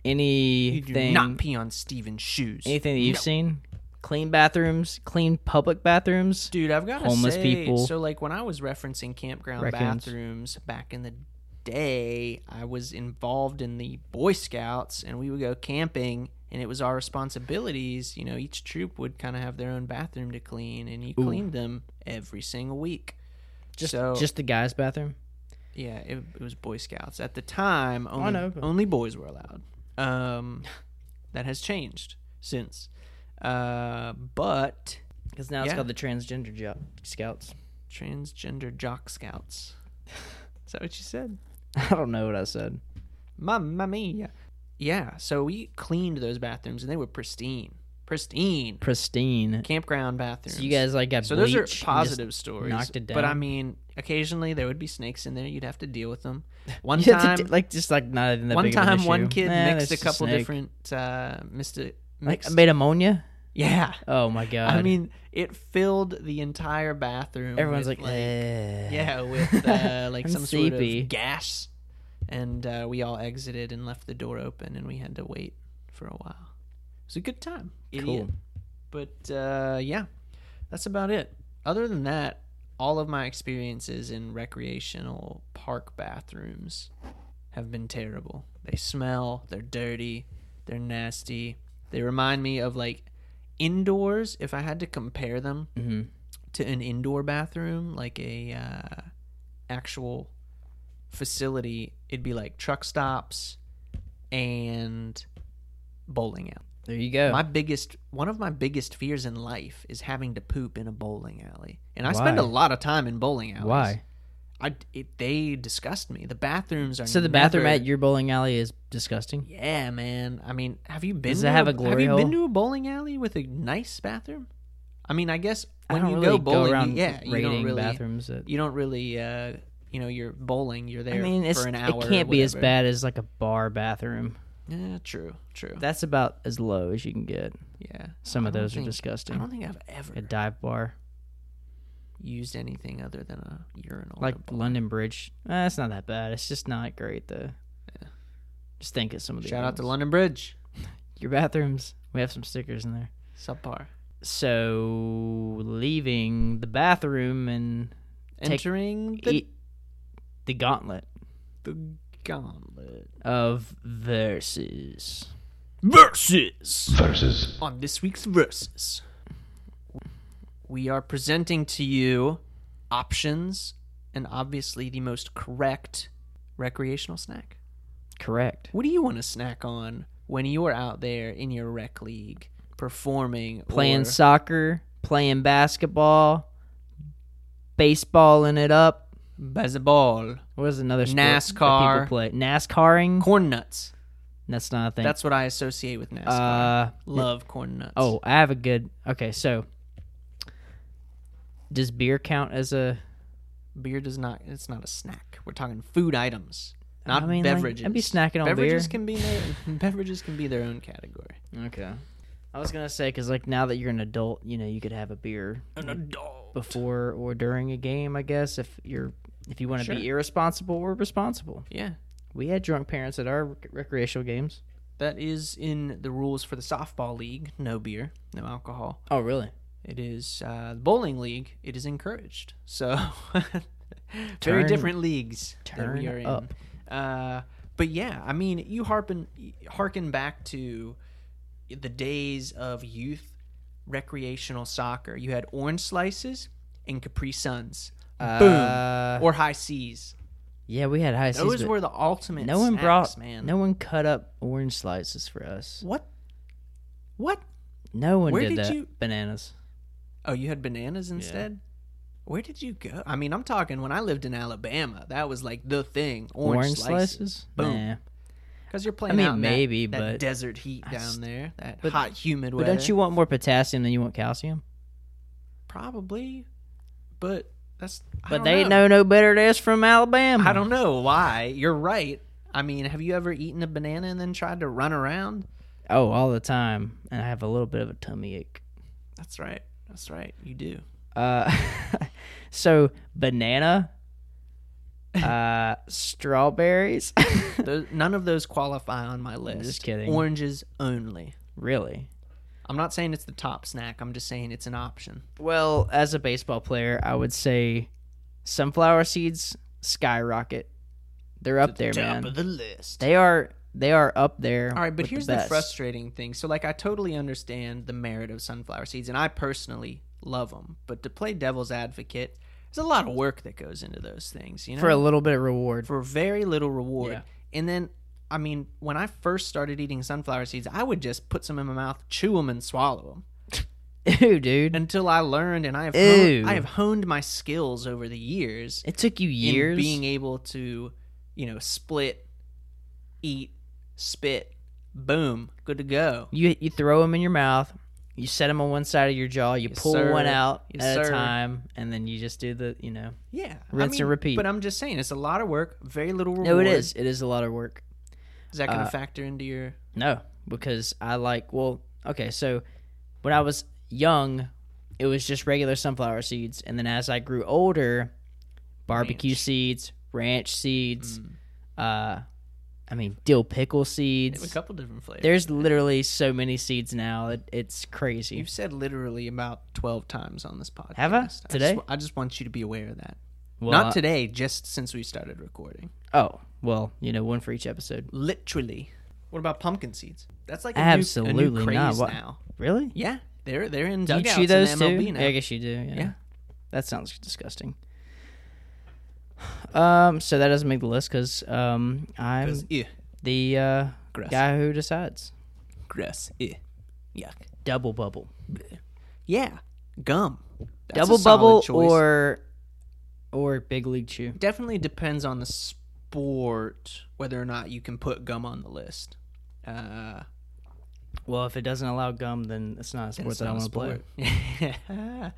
S2: You do
S1: Anything,
S2: not pee on Steven's shoes.
S1: anything that you've
S2: No.
S1: seen? clean bathrooms, clean public bathrooms.
S2: Dude, I've got
S1: homeless
S2: say,
S1: people.
S2: So like when I was referencing campground
S1: Raccoons.
S2: bathrooms back in the day, I was involved in the Boy Scouts, and we would go camping, and it was our responsibilities. You know, each troop would kind of have their own bathroom to clean, and you
S1: Ooh.
S2: cleaned them every single week.
S1: Just
S2: So-
S1: just the guys' bathroom.
S2: Yeah, it, it was Boy Scouts at the time. Only,
S1: know, but-
S2: only boys were allowed. Um, that has changed since, uh, but
S1: Because now it's
S2: Yeah.
S1: called the transgender jo- scouts.
S2: transgender jock scouts. Is that what you said?
S1: I don't know what I said.
S2: Mamma mia. Yeah, so we cleaned those bathrooms and they were pristine. Pristine.
S1: Pristine.
S2: Campground bathrooms.
S1: So you guys like got
S2: So those are
S1: bleach and just-
S2: positive stories.
S1: knocked it
S2: But I
S1: down.
S2: mean, occasionally there would be snakes in there. You'd have to deal with them. One
S1: You have to
S2: time,
S1: d- like just like not even that
S2: one
S1: big of an
S2: time, one
S1: issue.
S2: kid
S1: Nah,
S2: mixed a
S1: that's
S2: couple
S1: snake.
S2: different uh, mixed it.
S1: Like,
S2: Mixed,
S1: made ammonia.
S2: yeah,
S1: Oh my god!
S2: I mean, it filled the entire bathroom.
S1: everyone's
S2: with,
S1: like, "Eh."
S2: Yeah, with uh, like
S1: I'm
S2: some sort
S1: sleepy.
S2: of gas, and uh, we all exited and left the door open, and we had to wait for a while. It was a good time. Idiot.
S1: Cool.
S2: But uh, yeah, that's about it. Other than that, all of my experiences in recreational park bathrooms have been terrible. They smell. They're dirty. They're nasty. They remind me of like indoors. If I had to compare them,
S1: hmm
S2: to an indoor bathroom, like a uh, actual facility, it'd be like truck stops and bowling alley.
S1: There you go.
S2: My biggest, one of my biggest fears in life is having to poop in a bowling alley, and I spend a
S1: Why?
S2: lot of time in bowling alleys.
S1: Why?
S2: I it, they disgust me. The bathrooms are
S1: So the bathroom
S2: never-
S1: at your bowling alley is disgusting.
S2: yeah, man. I mean, have you been?
S1: Does
S2: to
S1: it have a
S2: Have
S1: glory
S2: you been
S1: hole?
S2: to a bowling alley with a nice bathroom? I mean, I guess
S1: I
S2: when
S1: don't
S2: you
S1: really
S2: go bowling,
S1: around
S2: you, yeah, you
S1: rating
S2: don't really
S1: bathrooms. That,
S2: you don't really uh you know you're bowling you're there
S1: I mean, it's,
S2: for an
S1: it
S2: hour or
S1: can't be as
S2: whatever. Oh.
S1: bad as like a bar bathroom.
S2: yeah true true
S1: That's about as low as you can get.
S2: yeah
S1: Some
S2: I
S1: of
S2: don't
S1: those are
S2: think- i don't
S1: disgusting.
S2: think i've ever
S1: A dive bar,
S2: used anything other than a urinal
S1: like
S2: in a bar.
S1: London Bridge, uh, it's not that bad. It's just not great though. Just think of some of the
S2: shout
S1: other
S2: out to
S1: ones.
S2: london bridge
S1: your bathrooms. We have some stickers in there.
S2: subpar
S1: So leaving the bathroom and Take-
S2: entering the,
S1: eat the gauntlet
S2: the gauntlet
S1: of verses.
S2: versus
S3: Versus.
S2: on this week's versus we are presenting to you options and obviously the most correct recreational snack
S1: Correct.
S2: What do you want to snack on when you're out there in your rec league performing?
S1: Playing
S2: or-
S1: soccer, playing basketball, baseballing it up.
S2: baseball,
S1: What is another sport that
S2: NASCAR.
S1: people play? NASCARing.
S2: corn nuts.
S1: That's not a thing.
S2: That's what I associate with NASCAR.
S1: uh
S2: Love corn nuts.
S1: oh. I have a good. Okay, so does beer count as a
S2: beer does not. It's not a snack. We're talking food items, not
S1: I mean, like,
S2: beverages.
S1: I'd be snacking on
S2: beverages
S1: beer.
S2: can be their, beverages can be their own category.
S1: Okay. I was gonna say because like now that you're an adult, you know you could have a beer
S2: An adult.
S1: before or during a game. I guess if you're if you want to
S2: Sure.
S1: be irresponsible or responsible.
S2: Yeah,
S1: We had drunk parents at our rec- recreational games.
S2: that is in the rules for the softball league. No beer, no alcohol.
S1: Oh really?
S2: It is uh, the bowling league. It is encouraged. So very
S1: Turn-
S2: different leagues that we
S1: turn
S2: are in.
S1: up.
S2: Uh, but yeah, I mean, you harpen harken back to the days of youth recreational soccer. You had orange slices and Capri Suns,
S1: Uh,
S2: boom, or high seas.
S1: Yeah, we had high
S2: Those
S1: seas. but
S2: were the ultimate.
S1: No one
S2: snacks,
S1: brought.
S2: man.
S1: No one cut up orange slices for us.
S2: what? What?
S1: No one
S2: Where
S1: did,
S2: did
S1: that.
S2: you-
S1: Bananas.
S2: Oh, you had bananas instead? Where did you go? I mean, I'm talking when I lived in Alabama, that was like the thing. Orange, slices. Boom.
S1: Nah.
S2: Because you're playing
S1: I mean,
S2: out in that-
S1: maybe,
S2: that,
S1: but-
S2: desert heat
S1: I
S2: down
S1: st-
S2: there, that
S1: but-
S2: hot, humid
S1: But
S2: weather.
S1: don't you want more potassium than you want calcium?
S2: Probably, but that's. I
S1: But
S2: don't
S1: they
S2: know.
S1: know no better than us from Alabama.
S2: I don't know why. You're right. I mean, have you ever eaten a banana and then tried to run around?
S1: Oh, all the time, and I have a little bit of a tummy ache.
S2: That's right. That's right. You do.
S1: Uh, so banana, uh, strawberries.
S2: Those, none of those qualify on my list.
S1: just kidding.
S2: Oranges only.
S1: really?
S2: I'm not saying it's the top snack. I'm just saying it's an option.
S1: Well, as a baseball player, I would say sunflower seeds skyrocket. They're up there, man.
S2: the list.
S1: They are they are up there.
S2: All right, but
S1: with
S2: here's
S1: the,
S2: the,
S1: best.
S2: frustrating thing. So, like, I totally understand the merit of sunflower seeds, and I personally love them. But to play devil's advocate, there's a lot of work that goes into those things, you know,
S1: for a little bit of reward.
S2: for very little reward.
S1: Yeah.
S2: And then, I mean, when I first started eating sunflower seeds, I would just put some in my mouth, chew them, and swallow them
S1: Ew, dude.
S2: until I learned, and I have
S1: Ew.
S2: honed, I have honed my skills over the years
S1: It took you
S2: in
S1: years.
S2: being able to, you know, split, eat, spit, boom, good to go.
S1: you you throw them in your mouth. You set them on one side of your jaw. You
S2: Yes,
S1: pull
S2: sir.
S1: one out
S2: Yes,
S1: at a
S2: sir.
S1: time, and then you just do the you know.
S2: Yeah,
S1: Rinse and repeat.
S2: But I'm just saying, it's a lot of work, very little reward.
S1: No, it is. It is a lot of work.
S2: Is that going to
S1: Uh,
S2: factor into your?
S1: No, because I like well, okay, so when I was young, it was just regular sunflower seeds, and then as I grew older, barbecue
S2: Ranch. Mm.
S1: seeds, ranch seeds, uh I mean dill pickle
S2: They have a
S1: seeds.
S2: couple different flavors.
S1: There's literally so many seeds now. It, it's crazy.
S2: You've said literally about twelve times on this podcast.
S1: Have I?
S2: just-
S1: Today?
S2: I just want you to be aware of that.
S1: Well,
S2: Not
S1: I-
S2: today, just since we started recording.
S1: Oh, well, you know, one for each episode.
S2: Literally. What about pumpkin seeds? That's like a new, a new
S1: Absolutely
S2: craze
S1: not. What-
S2: now.
S1: Really?
S2: Yeah, they're they're in
S1: Do you
S2: dugouts
S1: chew those
S2: in
S1: too?
S2: MLB now.
S1: I guess you do. Yeah.
S2: Yeah.
S1: That sounds disgusting. Um, so that doesn't make the list because um, I'm
S2: 'Cause, ew,
S1: the uh,
S2: Gross.
S1: guy who decides.
S2: gross. Ew. Eh. Yuck.
S1: Double bubble,
S2: Yeah, gum. That's a
S1: double
S2: solid
S1: bubble,
S2: choice.
S1: or or big league chew.
S2: definitely depends on the sport whether or not you can put gum on the list. Uh,
S1: Well, if it doesn't allow gum, then it's not a sport
S2: it's
S1: that I
S2: not a
S1: want to play.
S2: sport.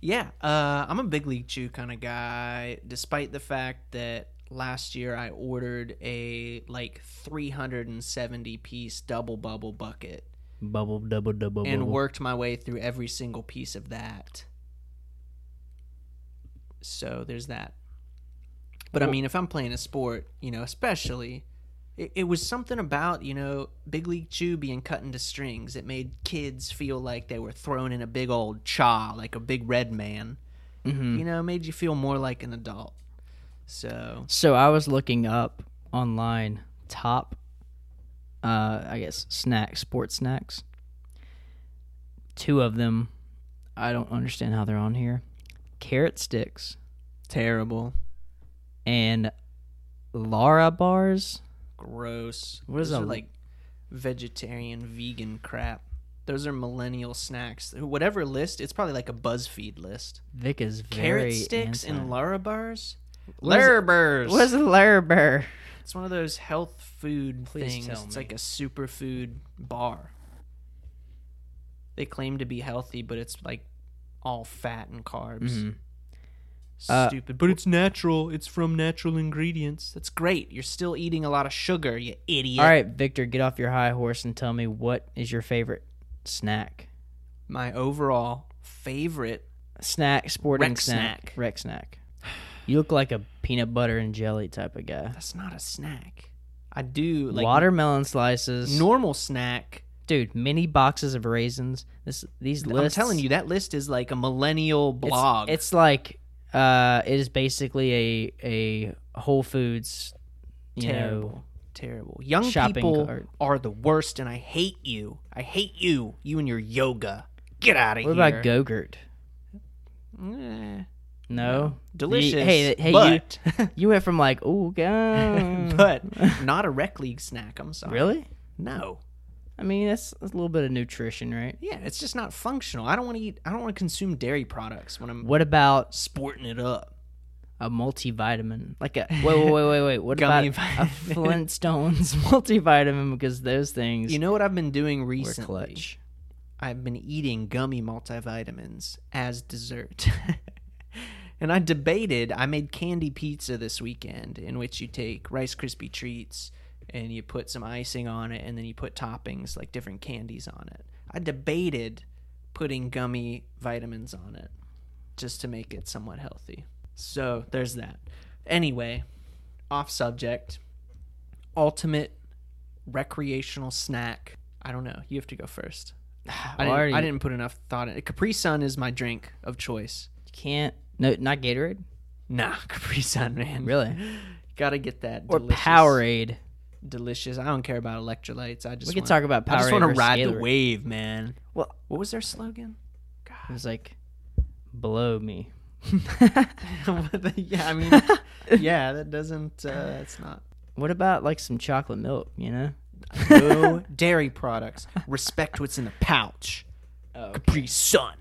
S2: yeah, uh, I'm a big league chew kind of guy. Despite the fact that last year I ordered a like 370 piece double bubble bucket
S1: Bubble, double, double,
S2: and
S1: bubble.
S2: worked my way through every single piece of that. So there's that. But I
S1: Well-
S2: mean, if I'm playing a sport, you know, especially, it, it was something about, you know, Big League Chew being cut into strings. It made kids feel like they were thrown in a big old cha, like a big red man.
S1: Mhm.
S2: You know, made you feel more like an adult. So,
S1: So I was looking up online top, uh, I guess snacks, sports snacks. Two of them, I don't understand how they're on here. Carrot sticks
S2: terrible.
S1: and Lara bars.
S2: gross.
S1: What is
S2: Those
S1: a-
S2: are, like vegetarian vegan crap? Those are millennial snacks. Whatever list, it's probably like a BuzzFeed list.
S1: Vic is very
S2: Carrot sticks
S1: anti-
S2: and Lara bars.
S1: What is-
S2: Lara bars.
S1: What's a Lara bar?
S2: It's one of those health food
S1: Please
S2: things.
S1: tell
S2: It's
S1: me.
S2: like a superfood bar. They claim to be healthy, but it's like all fat and carbs.
S1: Mm-hmm. Uh,
S2: Stupid. but it's natural. It's from natural ingredients. That's great. You're still eating a lot of sugar, you idiot.
S1: All right, Victor, get off your high horse and tell me what is your favorite snack?
S2: my overall favorite.
S1: Snack, sporting
S2: Rec
S1: snack,
S2: snack.
S1: rec snack. You look like a peanut butter and jelly type of guy.
S2: That's not a snack. I do like
S1: Watermelon slices,
S2: normal snack.
S1: dude. Mini boxes of raisins. This these
S2: I'm
S1: lists.
S2: telling you, that list is like a millennial
S1: it's-
S2: blog.
S1: It's, like uh, it is basically a a Whole Foods, you
S2: terrible,
S1: know,
S2: terrible. Young
S1: shopping
S2: people
S1: cart.
S2: are the worst, and I hate you. I hate you. You and your yoga. Get out of
S1: What
S2: here.
S1: about Gogurt?
S2: Eh,
S1: No,
S2: delicious.
S1: You, hey, hey,
S2: but,
S1: you, you went from like ooh, god,
S2: but not a rec league snack. I'm sorry.
S1: really?
S2: No.
S1: I mean, that's, that's a little bit of nutrition, right?
S2: Yeah, it's just not functional. I don't want to eat. I don't want to consume dairy products when I'm
S1: What about
S2: sporting it up.
S1: a multivitamin? Like a wait, wait, wait, wait, wait. What about
S2: Gummy
S1: a
S2: vitamin.
S1: Flintstones multivitamin? Because those things
S2: You know what I've been doing
S1: were
S2: recently?
S1: clutch.
S2: I've been eating gummy multivitamins as dessert. and I debated, I made candy pizza this weekend, in which you take Rice Krispie treats and you put some icing on it and then you put toppings like different candies on it. I debated putting gummy vitamins on it just to make it somewhat healthy. So there's that. Anyway, off subject. Ultimate recreational snack. I don't know. You have to go first. I
S1: Well, I
S2: didn't,
S1: already-
S2: I didn't put enough thought in it. Capri Sun is my drink of choice.
S1: You can't. No, not Gatorade.
S2: Nah, Capri Sun, man.
S1: Really?
S2: Gotta get that.
S1: Or
S2: delicious,
S1: Powerade.
S2: Delicious. I don't care about electrolytes. I just
S1: We can
S2: wanna-
S1: talk about Powerade.
S2: I just want to
S1: versus
S2: ride the
S1: Gatorade.
S2: wave, man.
S1: Well-
S2: what was their slogan?
S1: It was like, blow me.
S2: yeah, I mean, yeah, that doesn't. Uh, it's not.
S1: What about like some chocolate milk? You know.
S2: No dairy products. Respect what's in the pouch.
S1: Oh,
S2: Capri Sun.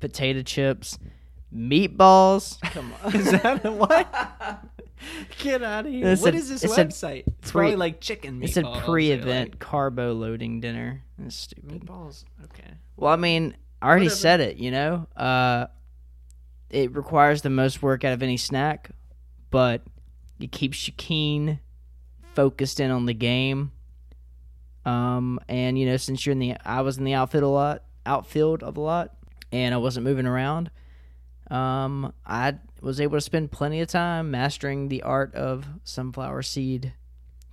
S1: potato chips, meatballs.
S2: Come on. is that a what? Get out of here.
S1: It
S2: what
S1: said-
S2: is this
S1: it said
S2: website? it's
S1: pre-
S2: probably like chicken meatballs.
S1: It's a
S2: or, like,
S1: pre-event carbo loading dinner. That's stupid.
S2: meatballs. Okay.
S1: Well, I mean, I already
S2: Whatever.
S1: said it. You know, uh, it requires the most work out of any snack, but it keeps you keen, focused in on the game. Um, and you know, since you're in the, I was in the outfield a lot, outfield of a lot, and I wasn't moving around. Um, I was able to spend plenty of time mastering the art of sunflower seed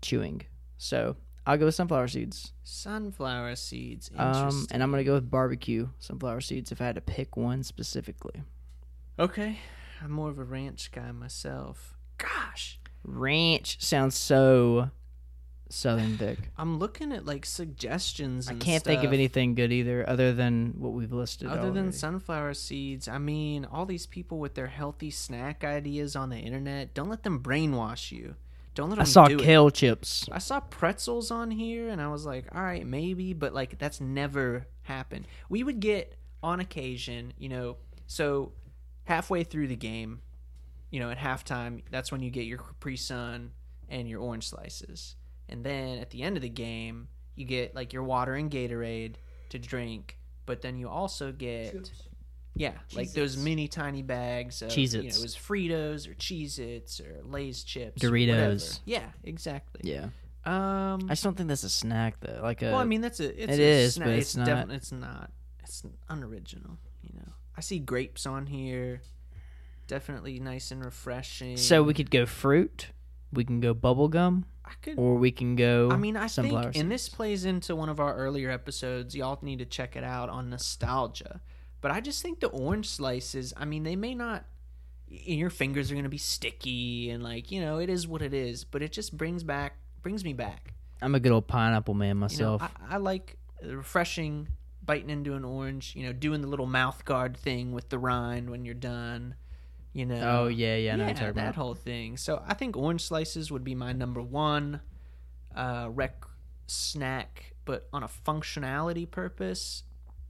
S1: chewing. So I'll go with sunflower seeds.
S2: Sunflower seeds. Interesting.
S1: Um, and I'm gonna go with barbecue sunflower seeds if I had to pick one specifically.
S2: okay. I'm more of a ranch guy myself. Gosh.
S1: Ranch sounds so southern, Vic.
S2: I'm looking at like suggestions.
S1: I
S2: and
S1: can't think of
S2: stuff.
S1: anything good either, other than what we've listed.
S2: Other than
S1: already.
S2: sunflower seeds, I mean, all these people with their healthy snack ideas on the internet, don't let them brainwash you. Don't let them
S1: I saw
S2: do
S1: kale chips.
S2: it. I saw pretzels on here and I was like, all right, maybe, but like that's never happened. We would get on occasion, you know, so halfway through the game, you know, at halftime, that's when you get your Capri Sun and your orange slices. And then at the end of the game, you get like your water and Gatorade to drink, but then you also get yeah, like those mini tiny bags of you know,
S1: Cheez-Its.
S2: it was Fritos or Cheez Its or Lay's chips. or
S1: Doritos.
S2: whatever. Yeah, exactly.
S1: Yeah,
S2: Um
S1: I just don't think that's a snack though. Like a
S2: Well, I mean that's a it's
S1: it
S2: a
S1: is,
S2: sna-
S1: but
S2: it's,
S1: it's not-
S2: definitely it's not it's unoriginal, you know. I see grapes on here. Definitely nice and refreshing.
S1: so we could go fruit, we can go bubble gum,
S2: I could
S1: or we can go.
S2: I mean, I
S1: sunflower
S2: think, and this plays into one of our earlier episodes. Y'all need to check it out on nostalgia. But I just think the orange slices. I mean, they may not. And your fingers are going to be sticky, and like you know, it is what it is. But it just brings back, brings me back.
S1: I'm a good old pineapple man
S2: You know,
S1: myself.
S2: I, I like the refreshing biting into an orange. You know, doing the little mouth guard thing with the rind when you're done. You know.
S1: oh yeah, yeah, I know what
S2: Yeah,
S1: you're talking
S2: that
S1: about.
S2: whole thing. So I think orange slices would be my number one uh, rec snack, but on a functionality purpose,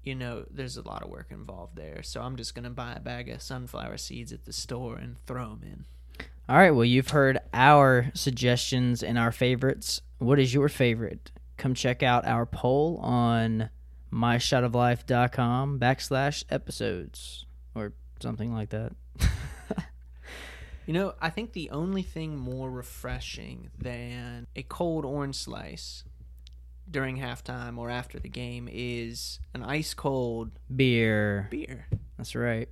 S2: you know, there's a lot of work involved there. So I'm just gonna buy a bag of sunflower seeds at the store and throw them in.
S1: All right. Well, you've heard our suggestions and our favorites. What is your favorite? Come check out our poll on myshotoflife.com backslash episodes or something like that.
S2: You know, I think the only thing more refreshing than a cold orange slice during halftime or after the game is an ice cold
S1: Beer.
S2: beer.
S1: That's right.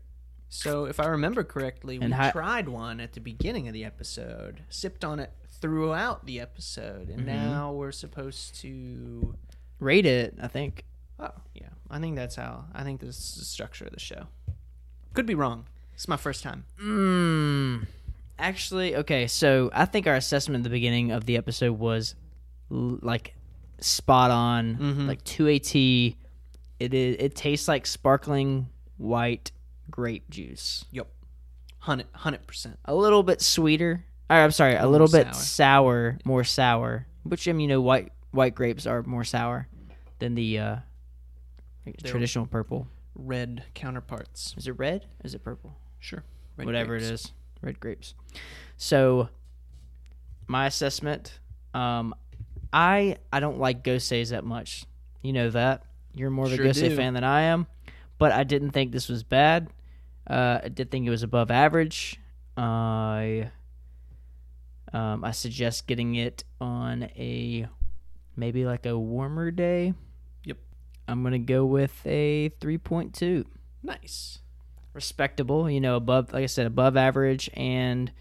S2: So, if I remember correctly, we
S1: And hi-
S2: tried one at the beginning of the episode, sipped on it throughout the episode, and
S1: Mm-hmm.
S2: now we're supposed to.
S1: Rate it, I think.
S2: Oh, yeah. I think that's how. I think this is the structure of the show. Could be wrong. It's my first time.
S1: Mm, actually, okay. So I think our assessment at the beginning of the episode was l- like spot on, like two at. It is. It tastes like sparkling white grape juice.
S2: Yep. 100 100%.
S1: A little bit sweeter. Or, I'm sorry, a little bit
S2: sour.
S1: sour, more sour. Which I mean, you know, white white grapes are more sour than the uh, like, traditional purple.
S2: Red counterparts.
S1: Is it red? Is it purple?
S2: Sure. Red
S1: whatever it is, red grapes. So, my assessment, um, I I don't like Gosei's that much. You know that you're more of a
S2: Sure
S1: Gosei
S2: do.
S1: fan than I am, but I didn't think this was bad. Uh, I did think it was above average. I um, I suggest getting it on a maybe like a warmer day.
S2: Yep.
S1: I'm gonna go with a three point two
S2: Nice.
S1: respectable, you know, above like I said, above average and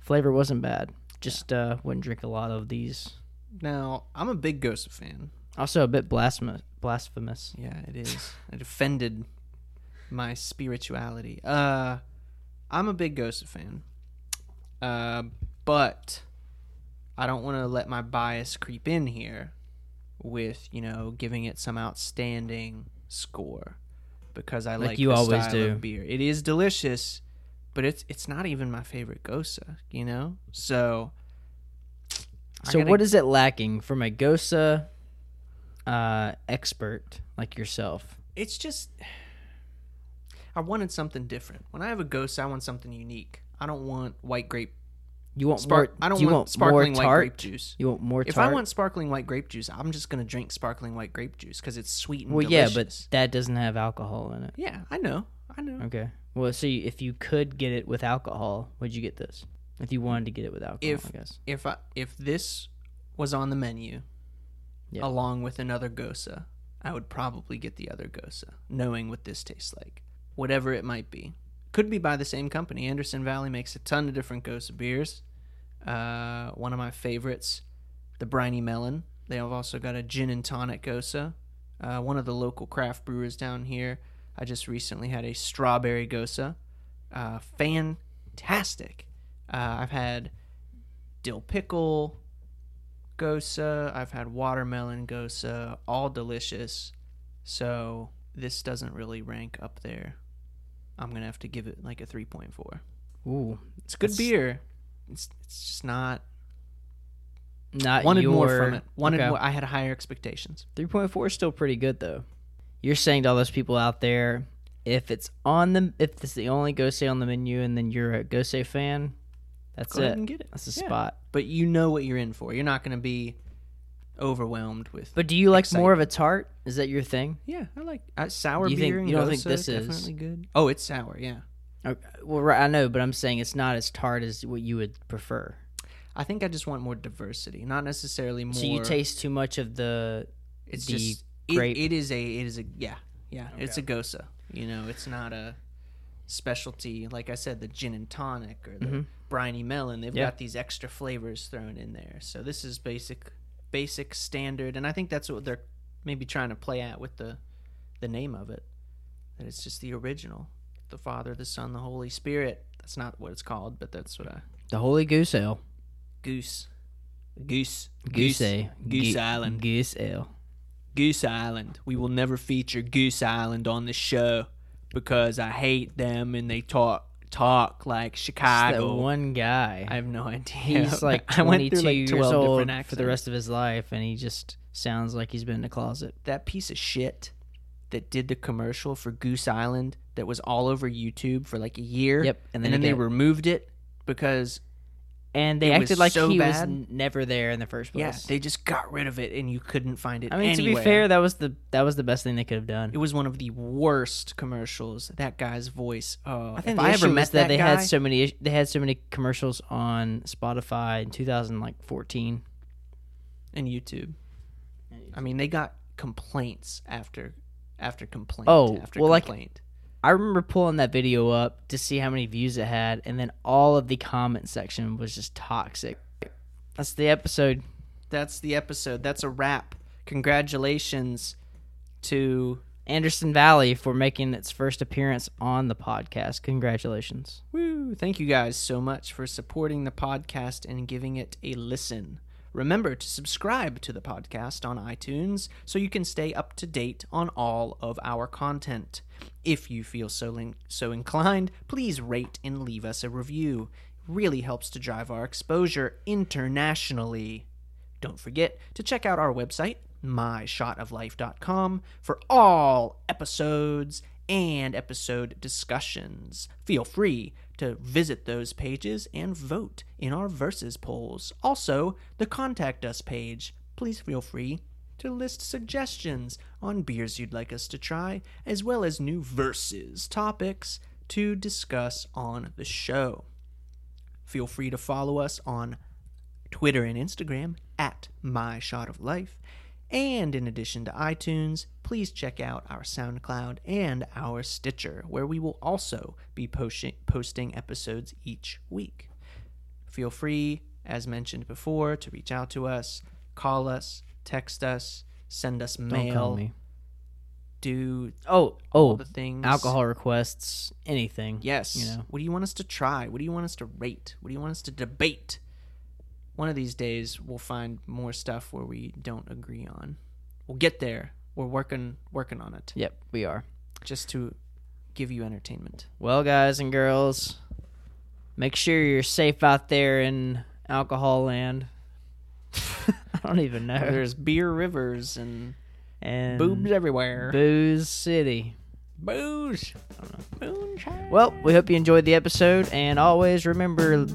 S1: flavor wasn't bad. Just uh wouldn't drink a lot of these.
S2: Now, I'm a big Ghost fan.
S1: Also a bit blasphemous Blasphemous.
S2: Yeah, it is. it offended my spirituality. Uh, I'm a big Ghost fan, uh, but I don't want to let my bias creep in here with you know giving it some outstanding score because I
S1: Like
S2: like,
S1: you
S2: the
S1: always
S2: style
S1: do.
S2: of beer. It is delicious, but it's it's not even my favorite Gosa. You know, so. I
S1: So
S2: gotta-
S1: what is it lacking from a Gosa uh, expert like yourself?
S2: it's just I wanted something different. When I have a ghost, I want something unique. I don't want white grape
S1: You want
S2: spark.
S1: more,
S2: I don't
S1: do you
S2: want,
S1: want
S2: sparkling
S1: more
S2: white grape
S1: tart?
S2: juice.
S1: You want more tart?
S2: If I want sparkling white grape juice, I'm just gonna drink sparkling white grape juice because it's sweet and
S1: well,
S2: delicious.
S1: yeah, but that doesn't have alcohol in it.
S2: yeah, I know, I know.
S1: Okay. Well, so you, if you could get it with alcohol, would you get this? If you wanted to get it with alcohol,
S2: If-
S1: I guess.
S2: If I if this was on the menu,
S1: Yeah.
S2: along with another gosa, I would probably get the other gosa, knowing what this tastes like, whatever it might be. Could be by the same company. Anderson Valley makes a ton of different gosa beers. Uh, one of my favorites, the Briny Melon. They have also got a gin and tonic gosa. Uh, one of the local craft brewers down here. I just recently had a strawberry gosa. Uh, fantastic. Uh, I've had dill pickle gosa. I've had watermelon gosa. All delicious. So this doesn't really rank up there. I'm gonna have to give it like a 3.4.
S1: Ooh,
S2: It's good
S1: That's-
S2: beer. It's, it's just not
S1: not
S2: wanted
S1: your,
S2: more from it. Wanted
S1: okay.
S2: more. I had higher expectations.
S1: Three point four is still pretty good though. You're saying to all those people out there, if it's on the if it's the only Gose on the menu and then you're a Gose fan, that's
S2: Go ahead
S1: it.
S2: and get it.
S1: That's the
S2: Yeah.
S1: spot.
S2: But you know what you're in for. You're not gonna be overwhelmed with.
S1: But do you like more of a tart? Is that your thing?
S2: yeah, I like uh, sour
S1: You
S2: beer
S1: think-
S2: and
S1: you don't
S2: gosa,
S1: think this is-
S2: definitely good. Oh, it's sour. Yeah.
S1: Okay. Well, right, I know, but I'm saying it's not as tart as what you would prefer.
S2: I think I just want more diversity, not necessarily more.
S1: So you taste too much of the
S2: it's
S1: the
S2: just
S1: grape-
S2: It, it is a it is a yeah yeah it's a gosa. You know, it's not a specialty. Like I said, the gin and tonic or the briny melon. They've
S1: Mm-hmm. Yeah.
S2: got these extra flavors thrown in there. So this is basic basic standard, and I think that's what they're maybe trying to play at with the the name of it. That it's just the original, the Father, the Son, the Holy Spirit. That's not what it's called, but that's what I
S1: the Holy Goose Ale.
S2: goose. Goose,
S1: Goose Ale.
S2: Goose
S1: Ge-
S2: Island.
S1: Goose Ale.
S2: Goose Island. We will never feature Goose Island on the show because I hate them and they talk talk like
S1: It's that
S2: Chicago.
S1: one guy.
S2: I have no idea.
S1: He's like
S2: I
S1: 22
S2: went through like 12
S1: years old
S2: different accents.
S1: for the rest of his life, and he just sounds like he's been in a closet.
S2: That piece of shit that did the commercial for Goose Island that was all over YouTube for like a year.
S1: Yep, and
S2: and
S1: then
S2: then,
S1: it
S2: they
S1: got-
S2: removed it because
S1: And they
S2: It was
S1: acted like
S2: so
S1: he was
S2: bad.
S1: n- never there in the first place.
S2: yeah, they just got rid of it and you couldn't find it.
S1: I mean, to be
S2: anywhere.
S1: fair, that was the that was the best thing they could have done.
S2: It was one of the worst commercials. That guy's voice. Oh,
S1: I think
S2: if
S1: the
S2: I
S1: issue
S2: ever met
S1: was that, they had
S2: guy-
S1: so many is- they had so many commercials on Spotify in 2014.
S2: and YouTube. I mean, they got complaints after after complaint.
S1: Oh,
S2: after
S1: well, like-
S2: complaint.
S1: I remember pulling that video up to see how many views it had, and then all of the comment section was just toxic. That's the episode.
S2: that's the episode. That's a wrap. Congratulations to
S1: Anderson Valley for making its first appearance on the podcast. Congratulations.
S2: Woo! Thank you guys so much for supporting the podcast and giving it a listen. Remember to subscribe to the podcast on iTunes so you can stay up to date on all of our content. If you feel so lin- so inclined, please rate and leave us a review. It really helps to drive our exposure internationally. Don't forget to check out our website, myshotoflife.com, for all episodes and episode discussions. Feel free to visit those pages and vote in our versus polls. Also, the contact us page. Please feel free to list suggestions on beers you'd like us to try, as well as new verses topics to discuss on the show. Feel free to follow us on Twitter and Instagram at My Shot of Life. And in addition to iTunes, please check out our SoundCloud and our Stitcher, where we will also be posti- posting episodes each week. Feel free, as mentioned before, to reach out to us, call us, text us, send us
S1: Don't
S2: mail.
S1: call me.
S2: do
S1: Oh,
S2: all
S1: oh,
S2: the things.
S1: alcohol requests, anything.
S2: Yes.
S1: You know.
S2: What do you want us to try? What do you want us to rate? What do you want us to debate? One of these days we'll find more stuff where we don't agree on. We'll get there. We're working working on it
S1: Yep, we are.
S2: just to give you entertainment.
S1: Well, guys and girls, make sure you're safe out there in alcohol land. I don't even know.
S2: There's beer rivers and
S1: And
S2: boobs everywhere.
S1: Booze City.
S2: Booze. Moonshine.
S1: Well, we hope you enjoyed the episode, and always remember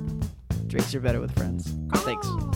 S1: drinks are better with friends. Thanks.
S2: Oh.